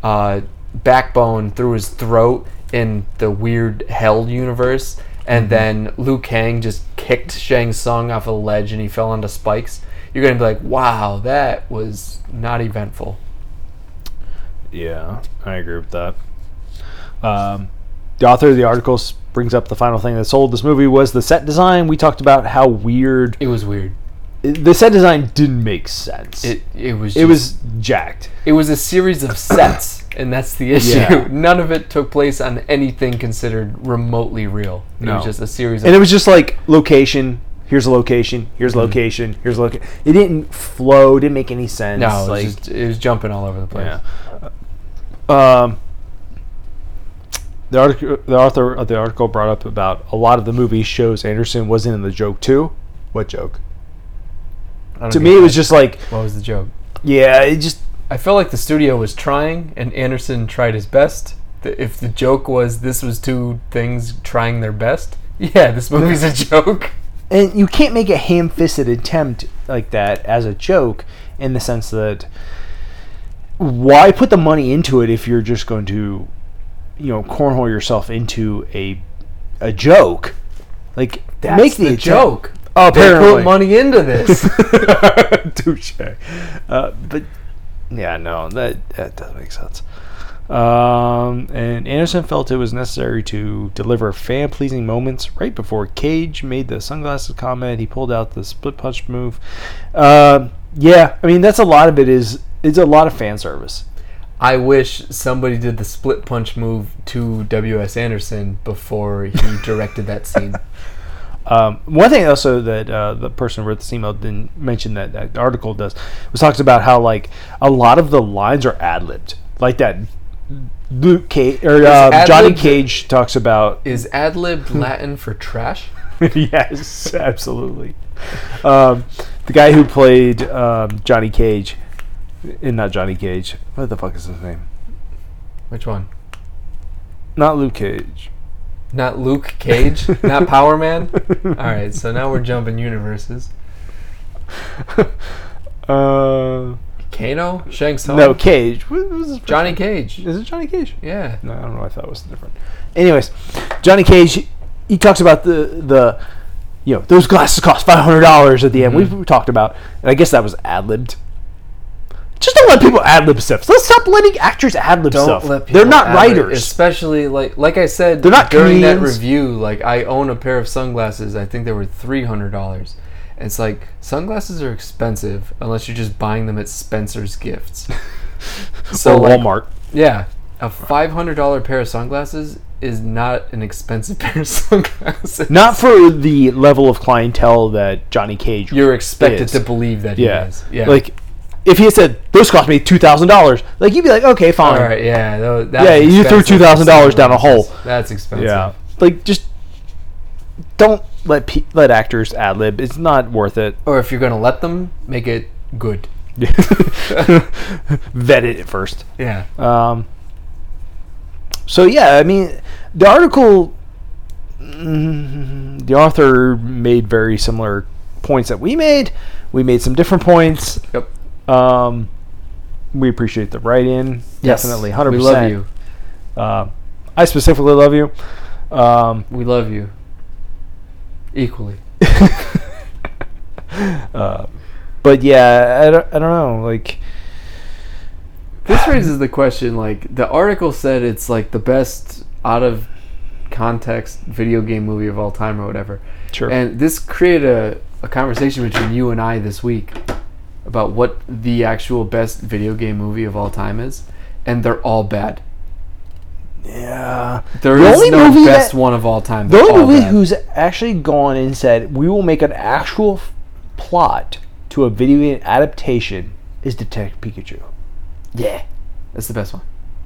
Speaker 1: uh, backbone through his throat in the weird Hell universe,
Speaker 2: Mm-hmm.
Speaker 1: and then Liu Kang just kicked Shang Tsung off a ledge and he fell onto spikes. You're gonna be like, wow, that was not eventful.
Speaker 2: Yeah, I agree with that. Um, the author of the article s- brings up the final thing that sold this movie was the set design. We talked about how weird
Speaker 1: It was weird.
Speaker 2: the set design didn't make sense.
Speaker 1: It it was
Speaker 2: it was jacked.
Speaker 1: It was a series of sets, and that's the issue.
Speaker 2: Yeah.
Speaker 1: None of it took place on anything considered remotely real. It
Speaker 2: No.
Speaker 1: was just a series of.
Speaker 2: And it was just like location. Here's a location. Here's
Speaker 1: Mm-hmm.
Speaker 2: a location. Here's a location. It didn't flow. Didn't make any sense.
Speaker 1: no, it was,
Speaker 2: like
Speaker 1: just, it was jumping all over the place.
Speaker 2: yeah. Um, the article, the author of the article brought up about a lot of the movie shows Anderson wasn't in the joke too. What joke?
Speaker 1: I don't
Speaker 2: to
Speaker 1: get
Speaker 2: me, it was
Speaker 1: that.
Speaker 2: just like,
Speaker 1: What was the joke?
Speaker 2: yeah, it just
Speaker 1: I felt like the studio was trying, and Anderson tried his best. The, if the joke was this was two things trying their best, yeah, this movie's a joke.
Speaker 2: and you can't make a ham-fisted attempt like that as a joke in the sense that why put the money into it if you're just going to you know cornhole yourself into a a joke like
Speaker 1: That's
Speaker 2: make the,
Speaker 1: the
Speaker 2: attempt.
Speaker 1: joke.
Speaker 2: oh,
Speaker 1: They
Speaker 2: apparently
Speaker 1: put money into this.
Speaker 2: Touche. Uh, but yeah, no, that that doesn't make sense. Um, and Anderson felt it was necessary to deliver fan pleasing moments right before Cage made the sunglasses comment. He pulled out the split punch move. Um yeah, I mean that's a lot of it. Is it's a lot of fan service.
Speaker 1: I wish somebody did the split punch move to W.S. Anderson before he directed that scene.
Speaker 2: Um, one thing also that uh, the person who wrote this email didn't mention that that article does was talks about how like a lot of the lines are ad libbed, like that Luke Cage or uh,
Speaker 1: ad-libbed-
Speaker 2: Johnny Cage talks about.
Speaker 1: Is ad lib Latin for trash?
Speaker 2: yes, absolutely. Um, the guy who played um, Johnny Cage, and not Johnny Cage. What the fuck is his name?
Speaker 1: Which one?
Speaker 2: Not Luke Cage.
Speaker 1: Not Luke Cage? Not Power Man? Alright, so now we're jumping universes.
Speaker 2: Uh,
Speaker 1: Kano? Shang Tsung?
Speaker 2: no, Cage. What was his first
Speaker 1: Johnny
Speaker 2: name?
Speaker 1: Cage.
Speaker 2: Is it Johnny Cage?
Speaker 1: Yeah.
Speaker 2: No, I don't know. I thought it was different. Anyways, Johnny Cage, he talks about the the you know those glasses cost five hundred dollars at the end.
Speaker 1: Mm-hmm.
Speaker 2: We've, we talked about, and I guess that was ad libbed. Just don't let people ad lib stuff. Let's stop letting actors ad lib stuff. They're not
Speaker 1: ad lib-
Speaker 2: writers.
Speaker 1: Especially like like I said
Speaker 2: They're not
Speaker 1: during that
Speaker 2: comedians.
Speaker 1: review, like I own a pair of sunglasses, I think they were three hundred dollars. It's like sunglasses are expensive unless you're just buying them at Spencer's Gifts.
Speaker 2: or
Speaker 1: like,
Speaker 2: Walmart.
Speaker 1: Yeah, a five hundred dollar pair of sunglasses is not an expensive pair of sunglasses.
Speaker 2: Not for the level of clientele that Johnny Cage.
Speaker 1: You're expected
Speaker 2: is.
Speaker 1: to believe that he
Speaker 2: yeah.
Speaker 1: is. Yeah,
Speaker 2: Like, if he had said those cost me two thousand dollars, like you'd be like, okay, fine.
Speaker 1: all right, yeah, tho- that
Speaker 2: um, Yeah,
Speaker 1: was
Speaker 2: you threw
Speaker 1: expensive
Speaker 2: $2,000 down a
Speaker 1: sunglasses.
Speaker 2: hole.
Speaker 1: That's expensive.
Speaker 2: Yeah. Like just don't let pe- let actors ad lib. It's not worth it.
Speaker 1: Or if you're gonna let them, make it good.
Speaker 2: Vet it at first.
Speaker 1: Yeah.
Speaker 2: Um, so yeah, I mean, the article, mm, the author made very similar points that we made. We made some different points.
Speaker 1: yep.
Speaker 2: Um, we appreciate the write-in. Definitely, hundred
Speaker 1: We
Speaker 2: percent.
Speaker 1: love you.
Speaker 2: Uh, I specifically love you. Um,
Speaker 1: We love you. Equally.
Speaker 2: uh, but yeah, I don't, I don't know. Like,
Speaker 1: This raises the question like the article said it's like the best out of context video game movie of all time or whatever.
Speaker 2: sure.
Speaker 1: And this created a, a conversation between you and I this week about what the actual best video game movie of all time is, and they're all bad.
Speaker 2: Yeah.
Speaker 1: There is
Speaker 2: The only
Speaker 1: no
Speaker 2: movie
Speaker 1: best
Speaker 2: that-
Speaker 1: one of all time.
Speaker 2: The
Speaker 1: They're
Speaker 2: only
Speaker 1: all
Speaker 2: movie
Speaker 1: bad.
Speaker 2: who's actually gone and said we will make an actual f- plot to a video game adaptation is Detective Pikachu.
Speaker 1: yeah, that's the best one.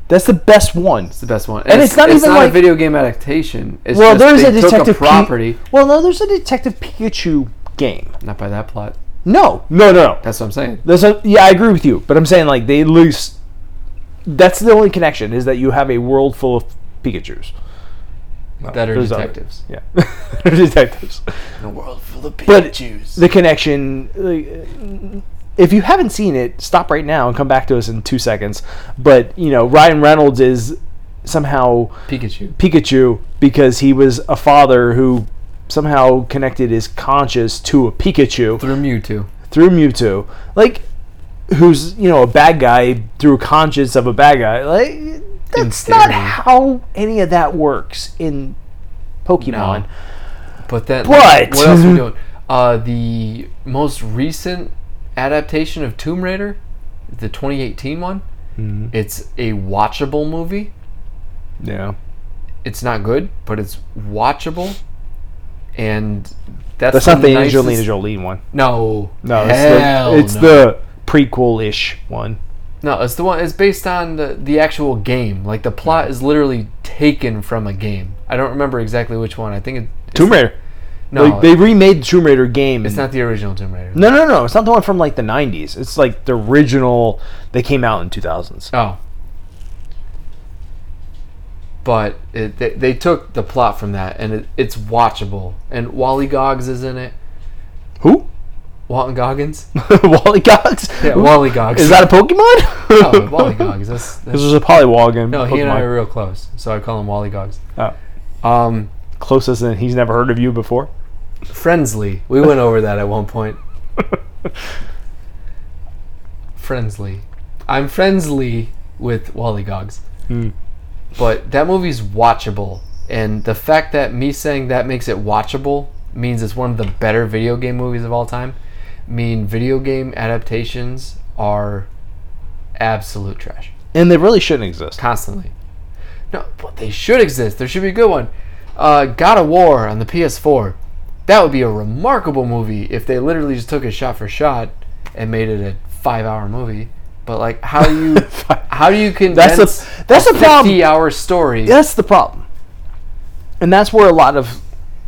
Speaker 2: That's the best one.
Speaker 1: It's the best one,
Speaker 2: And it's not even like-
Speaker 1: a video game adaptation. It's
Speaker 2: Well,
Speaker 1: well, just
Speaker 2: there's a
Speaker 1: they took
Speaker 2: Detective
Speaker 1: a
Speaker 2: Pi-
Speaker 1: property.
Speaker 2: well, no, there's a Detective Pikachu game.
Speaker 1: not by that plot.
Speaker 2: No, no, no, no.
Speaker 1: That's what I'm saying.
Speaker 2: There's a, yeah, I agree with you, but I'm saying like they lose. That's the only connection is that you have a world full of Pikachu's.
Speaker 1: that are
Speaker 2: There's other-
Speaker 1: detectives.
Speaker 2: Yeah, detectives.
Speaker 1: In a world full of
Speaker 2: But the connection. like, If you haven't seen it, stop right now and come back to us in two seconds. But you know, Ryan Reynolds is somehow
Speaker 1: Pikachu.
Speaker 2: Pikachu because he was a father who somehow connected his conscience to a Pikachu
Speaker 1: Through Mewtwo.
Speaker 2: through Mewtwo. Like, who's you know a bad guy through conscience of a bad guy? Like, that's not
Speaker 1: theory.
Speaker 2: how any of that works in Pokemon.
Speaker 1: But then,
Speaker 2: But-
Speaker 1: what else are we doing? Uh, the most recent adaptation of Tomb Raider, the 2018 one. It's a watchable movie.
Speaker 2: Yeah.
Speaker 1: It's not good, but it's watchable, and that's,
Speaker 2: That's not the
Speaker 1: nicest-
Speaker 2: Angelina Jolie one.
Speaker 1: No,
Speaker 2: No, it's
Speaker 1: Hell
Speaker 2: the it's
Speaker 1: no.
Speaker 2: the prequel ish one.
Speaker 1: no. It's the one. It's based on the, the actual game. Like the plot is literally taken from a game. I don't remember exactly which one. I think it, it's
Speaker 2: Tomb Raider.
Speaker 1: No,
Speaker 2: like, they remade the Tomb Raider game.
Speaker 1: it's not the original Tomb Raider.
Speaker 2: No, no, no. It's not the one from like the '90s. It's like the original. They came out in 2000s.
Speaker 1: Oh. But it, they, they took the plot from that, and it, it's watchable. And Wally Goggs is in it.
Speaker 2: Who?
Speaker 1: Walton Goggins?
Speaker 2: Wally Gogs.
Speaker 1: Yeah, Wally Goggs.
Speaker 2: Is that a Pokemon?
Speaker 1: no, Wally Goggs. That's,
Speaker 2: This
Speaker 1: that's,
Speaker 2: was a Polywog in
Speaker 1: no,
Speaker 2: Pokemon.
Speaker 1: he and I are real close, so I call him Wally Goggs.
Speaker 2: Oh.
Speaker 1: Um,
Speaker 2: Closest, and he's never heard of you before.
Speaker 1: Friendsley. We went over that at one point. Friendsley. I'm friendly with Wally Goggs. But that movie's watchable. And the fact that me saying that makes it watchable means it's one of the better video game movies of all time. Mean video game adaptations are absolute trash.
Speaker 2: And they really shouldn't exist.
Speaker 1: Constantly. No, but they should exist. There should be a good one. Uh, God of War on the PS4. That would be a remarkable movie if they literally just took it shot for shot and made it a five hour movie. But like how do you how do you condense
Speaker 2: That's the that's the problem.
Speaker 1: fifty hour story?
Speaker 2: That's the problem. And that's where a lot of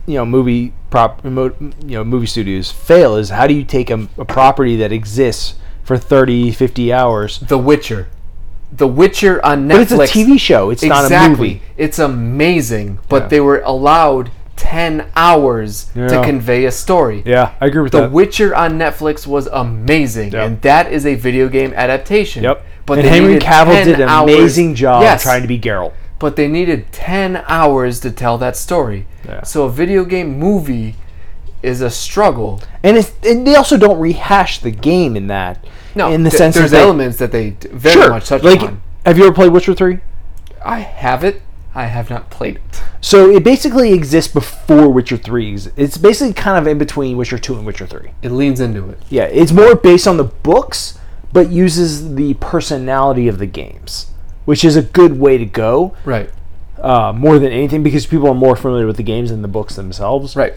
Speaker 2: you know movie prop mo- you know movie studios fail is how do you take a, a property that exists for 30 50 hours
Speaker 1: The Witcher. The Witcher on Netflix.
Speaker 2: but it's a TV show it's not a movie
Speaker 1: It's amazing, but
Speaker 2: Yeah.
Speaker 1: they were allowed ten hours to
Speaker 2: Yeah.
Speaker 1: convey a story.
Speaker 2: yeah I agree with
Speaker 1: The Witcher on Netflix was amazing,
Speaker 2: Yep.
Speaker 1: and that is a video game adaptation.
Speaker 2: yep
Speaker 1: But
Speaker 2: and
Speaker 1: they
Speaker 2: Henry
Speaker 1: needed
Speaker 2: Cavill
Speaker 1: 10
Speaker 2: did an
Speaker 1: hours-
Speaker 2: amazing job
Speaker 1: Yes,
Speaker 2: trying to be Geralt
Speaker 1: But they needed ten hours to tell that story.
Speaker 2: Yeah.
Speaker 1: So a video game movie is a struggle.
Speaker 2: and it's and they also don't rehash the game in that
Speaker 1: No,
Speaker 2: in the
Speaker 1: th-
Speaker 2: sense
Speaker 1: there's
Speaker 2: that they-
Speaker 1: elements that they d- very
Speaker 2: sure
Speaker 1: much touch
Speaker 2: like
Speaker 1: on.
Speaker 2: have you ever played Witcher three
Speaker 1: I have it. I have not played it.
Speaker 2: so it basically exists before Witcher three ex- it's basically kind of in between Witcher two and Witcher three
Speaker 1: It leans into it.
Speaker 2: Yeah, it's more based on the books, but uses the personality of the games, which is a good way to go
Speaker 1: Right.
Speaker 2: uh, more than anything because people are more familiar with the games than the books themselves.
Speaker 1: Right.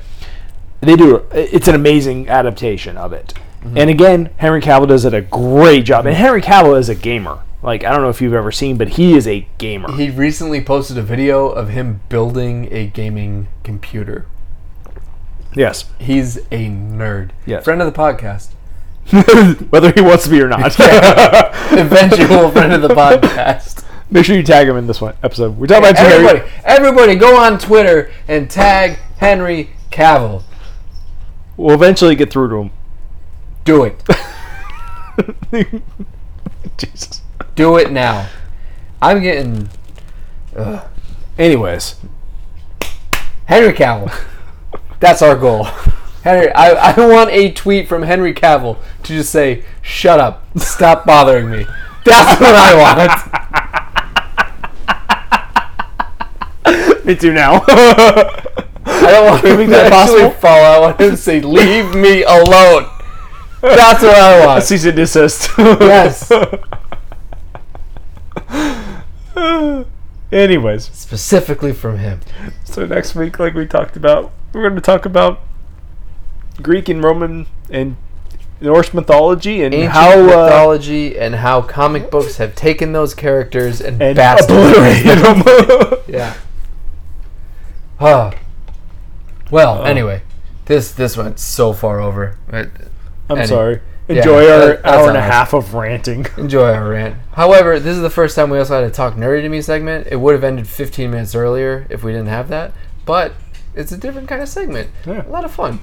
Speaker 2: They do. It's an amazing adaptation of it. And again, Henry Cavill does it a great job. And Henry Cavill is a gamer. Like I don't know if you've ever seen, but he is a gamer.
Speaker 1: He recently posted a video of him building a gaming computer.
Speaker 2: yes,
Speaker 1: He's a nerd.
Speaker 2: Yes.
Speaker 1: Friend of the podcast.
Speaker 2: whether he wants to be or not.
Speaker 1: Eventual friend of the podcast.
Speaker 2: Make sure you tag him in this one episode. We're talking about
Speaker 1: Everybody,
Speaker 2: Henry.
Speaker 1: everybody, go on Twitter and tag Henry Cavill.
Speaker 2: We'll eventually get through to him.
Speaker 1: Do it.
Speaker 2: Jesus.
Speaker 1: Do it now. I'm getting
Speaker 2: Anyways,
Speaker 1: Henry Cavill. That's our goal. Henry, I, I want a tweet from Henry Cavill to just say, "Shut up, stop bothering me." That's what I want.
Speaker 2: me too now.
Speaker 1: I don't want
Speaker 2: You
Speaker 1: him
Speaker 2: think
Speaker 1: to
Speaker 2: that
Speaker 1: actually
Speaker 2: possible?
Speaker 1: fall. I want him to say, "Leave me alone." That's what I want.
Speaker 2: cease and desist.
Speaker 1: Yes.
Speaker 2: Anyways,
Speaker 1: Specifically from him.
Speaker 2: so next week, like we talked about, we're going to talk about Greek and Roman and Norse mythology and
Speaker 1: Ancient
Speaker 2: how uh,
Speaker 1: mythology and how comic books have taken those characters and,
Speaker 2: and
Speaker 1: bastardized
Speaker 2: obliterated
Speaker 1: them.
Speaker 2: them.
Speaker 1: Yeah. Huh. Well,
Speaker 2: Oh.
Speaker 1: anyway, this this went so far over. Uh, But
Speaker 2: I'm
Speaker 1: Any-
Speaker 2: sorry.
Speaker 1: yeah,
Speaker 2: Enjoy our
Speaker 1: that- that's
Speaker 2: hour and a
Speaker 1: alright.
Speaker 2: half of ranting.
Speaker 1: enjoy our rant. However, this is the first time we also had a talk nerdy to me segment. It would have ended 15 minutes earlier if we didn't have that, but it's a different kind of segment.
Speaker 2: Yeah.
Speaker 1: A lot of fun.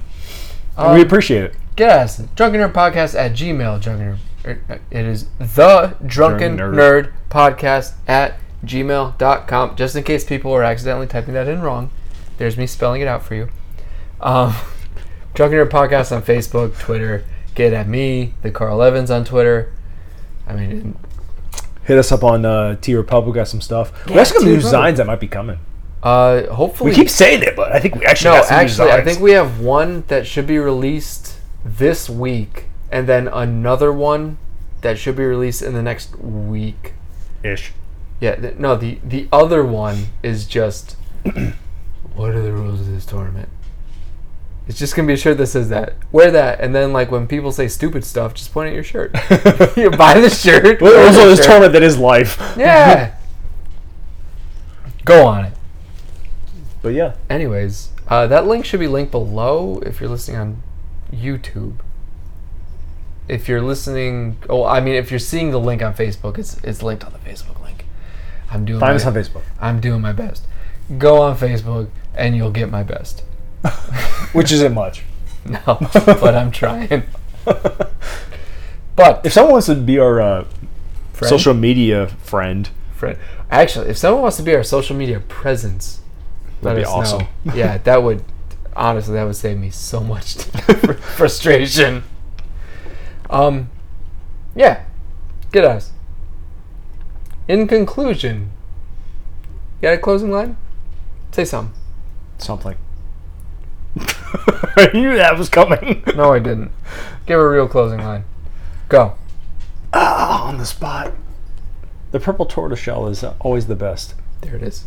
Speaker 1: Um,
Speaker 2: we appreciate it.
Speaker 1: Get us drunken nerd podcast at gmail drunken nerd. er, It is the drunken
Speaker 2: Drunken
Speaker 1: nerd.
Speaker 2: Nerd.
Speaker 1: podcast at gmail.com. Just in case people are accidentally typing that in wrong, there's me spelling it out for you. Um, drunken nerd podcast on Facebook, Twitter. Get at me, the Carl Evans on Twitter. I mean,
Speaker 2: Hit us up on uh, T Republic. Got some stuff. we actually
Speaker 1: T
Speaker 2: got some new
Speaker 1: Republic.
Speaker 2: designs that might be coming.
Speaker 1: uh, hopefully
Speaker 2: We keep saying it, but I think we actually
Speaker 1: no.
Speaker 2: got some
Speaker 1: Actually,
Speaker 2: new
Speaker 1: I
Speaker 2: designs.
Speaker 1: think we have one that should be released this week, and then another one that should be released in the next week.
Speaker 2: ish.
Speaker 1: Yeah, th- no, the the other one is just what are the rules of this tournament? It's just gonna be a shirt that says that. Wear that, and then like when people say stupid stuff, just point at your shirt. you buy the shirt.
Speaker 2: Well,
Speaker 1: wear
Speaker 2: also,
Speaker 1: the
Speaker 2: this
Speaker 1: shirt.
Speaker 2: tournament that is life.
Speaker 1: Yeah. Go on it.
Speaker 2: But yeah,
Speaker 1: Anyways, uh, that link should be linked below if you're listening on YouTube. If you're listening, oh, I mean, if you're seeing the link on Facebook, it's it's linked on the Facebook link. I'm doing.
Speaker 2: find
Speaker 1: my-
Speaker 2: us on Facebook,
Speaker 1: I'm doing my best. Go on Facebook and you'll get my best.
Speaker 2: which isn't much.
Speaker 1: No, but I'm trying. But
Speaker 2: If someone wants to be our uh,
Speaker 1: friend-
Speaker 2: social media friend,
Speaker 1: friend- actually, if someone wants to be our social media presence, let
Speaker 2: That'd be
Speaker 1: us
Speaker 2: awesome.
Speaker 1: know. yeah, that would honestly that would save me so much fr- frustration. Um, yeah, get us. In conclusion, you got a closing line? Say something.
Speaker 2: something. I knew that was coming.
Speaker 1: No, I didn't. Give a real closing line. Go.
Speaker 2: Ah, on the spot. The purple tortoise shell is uh, always the best.
Speaker 1: There it is.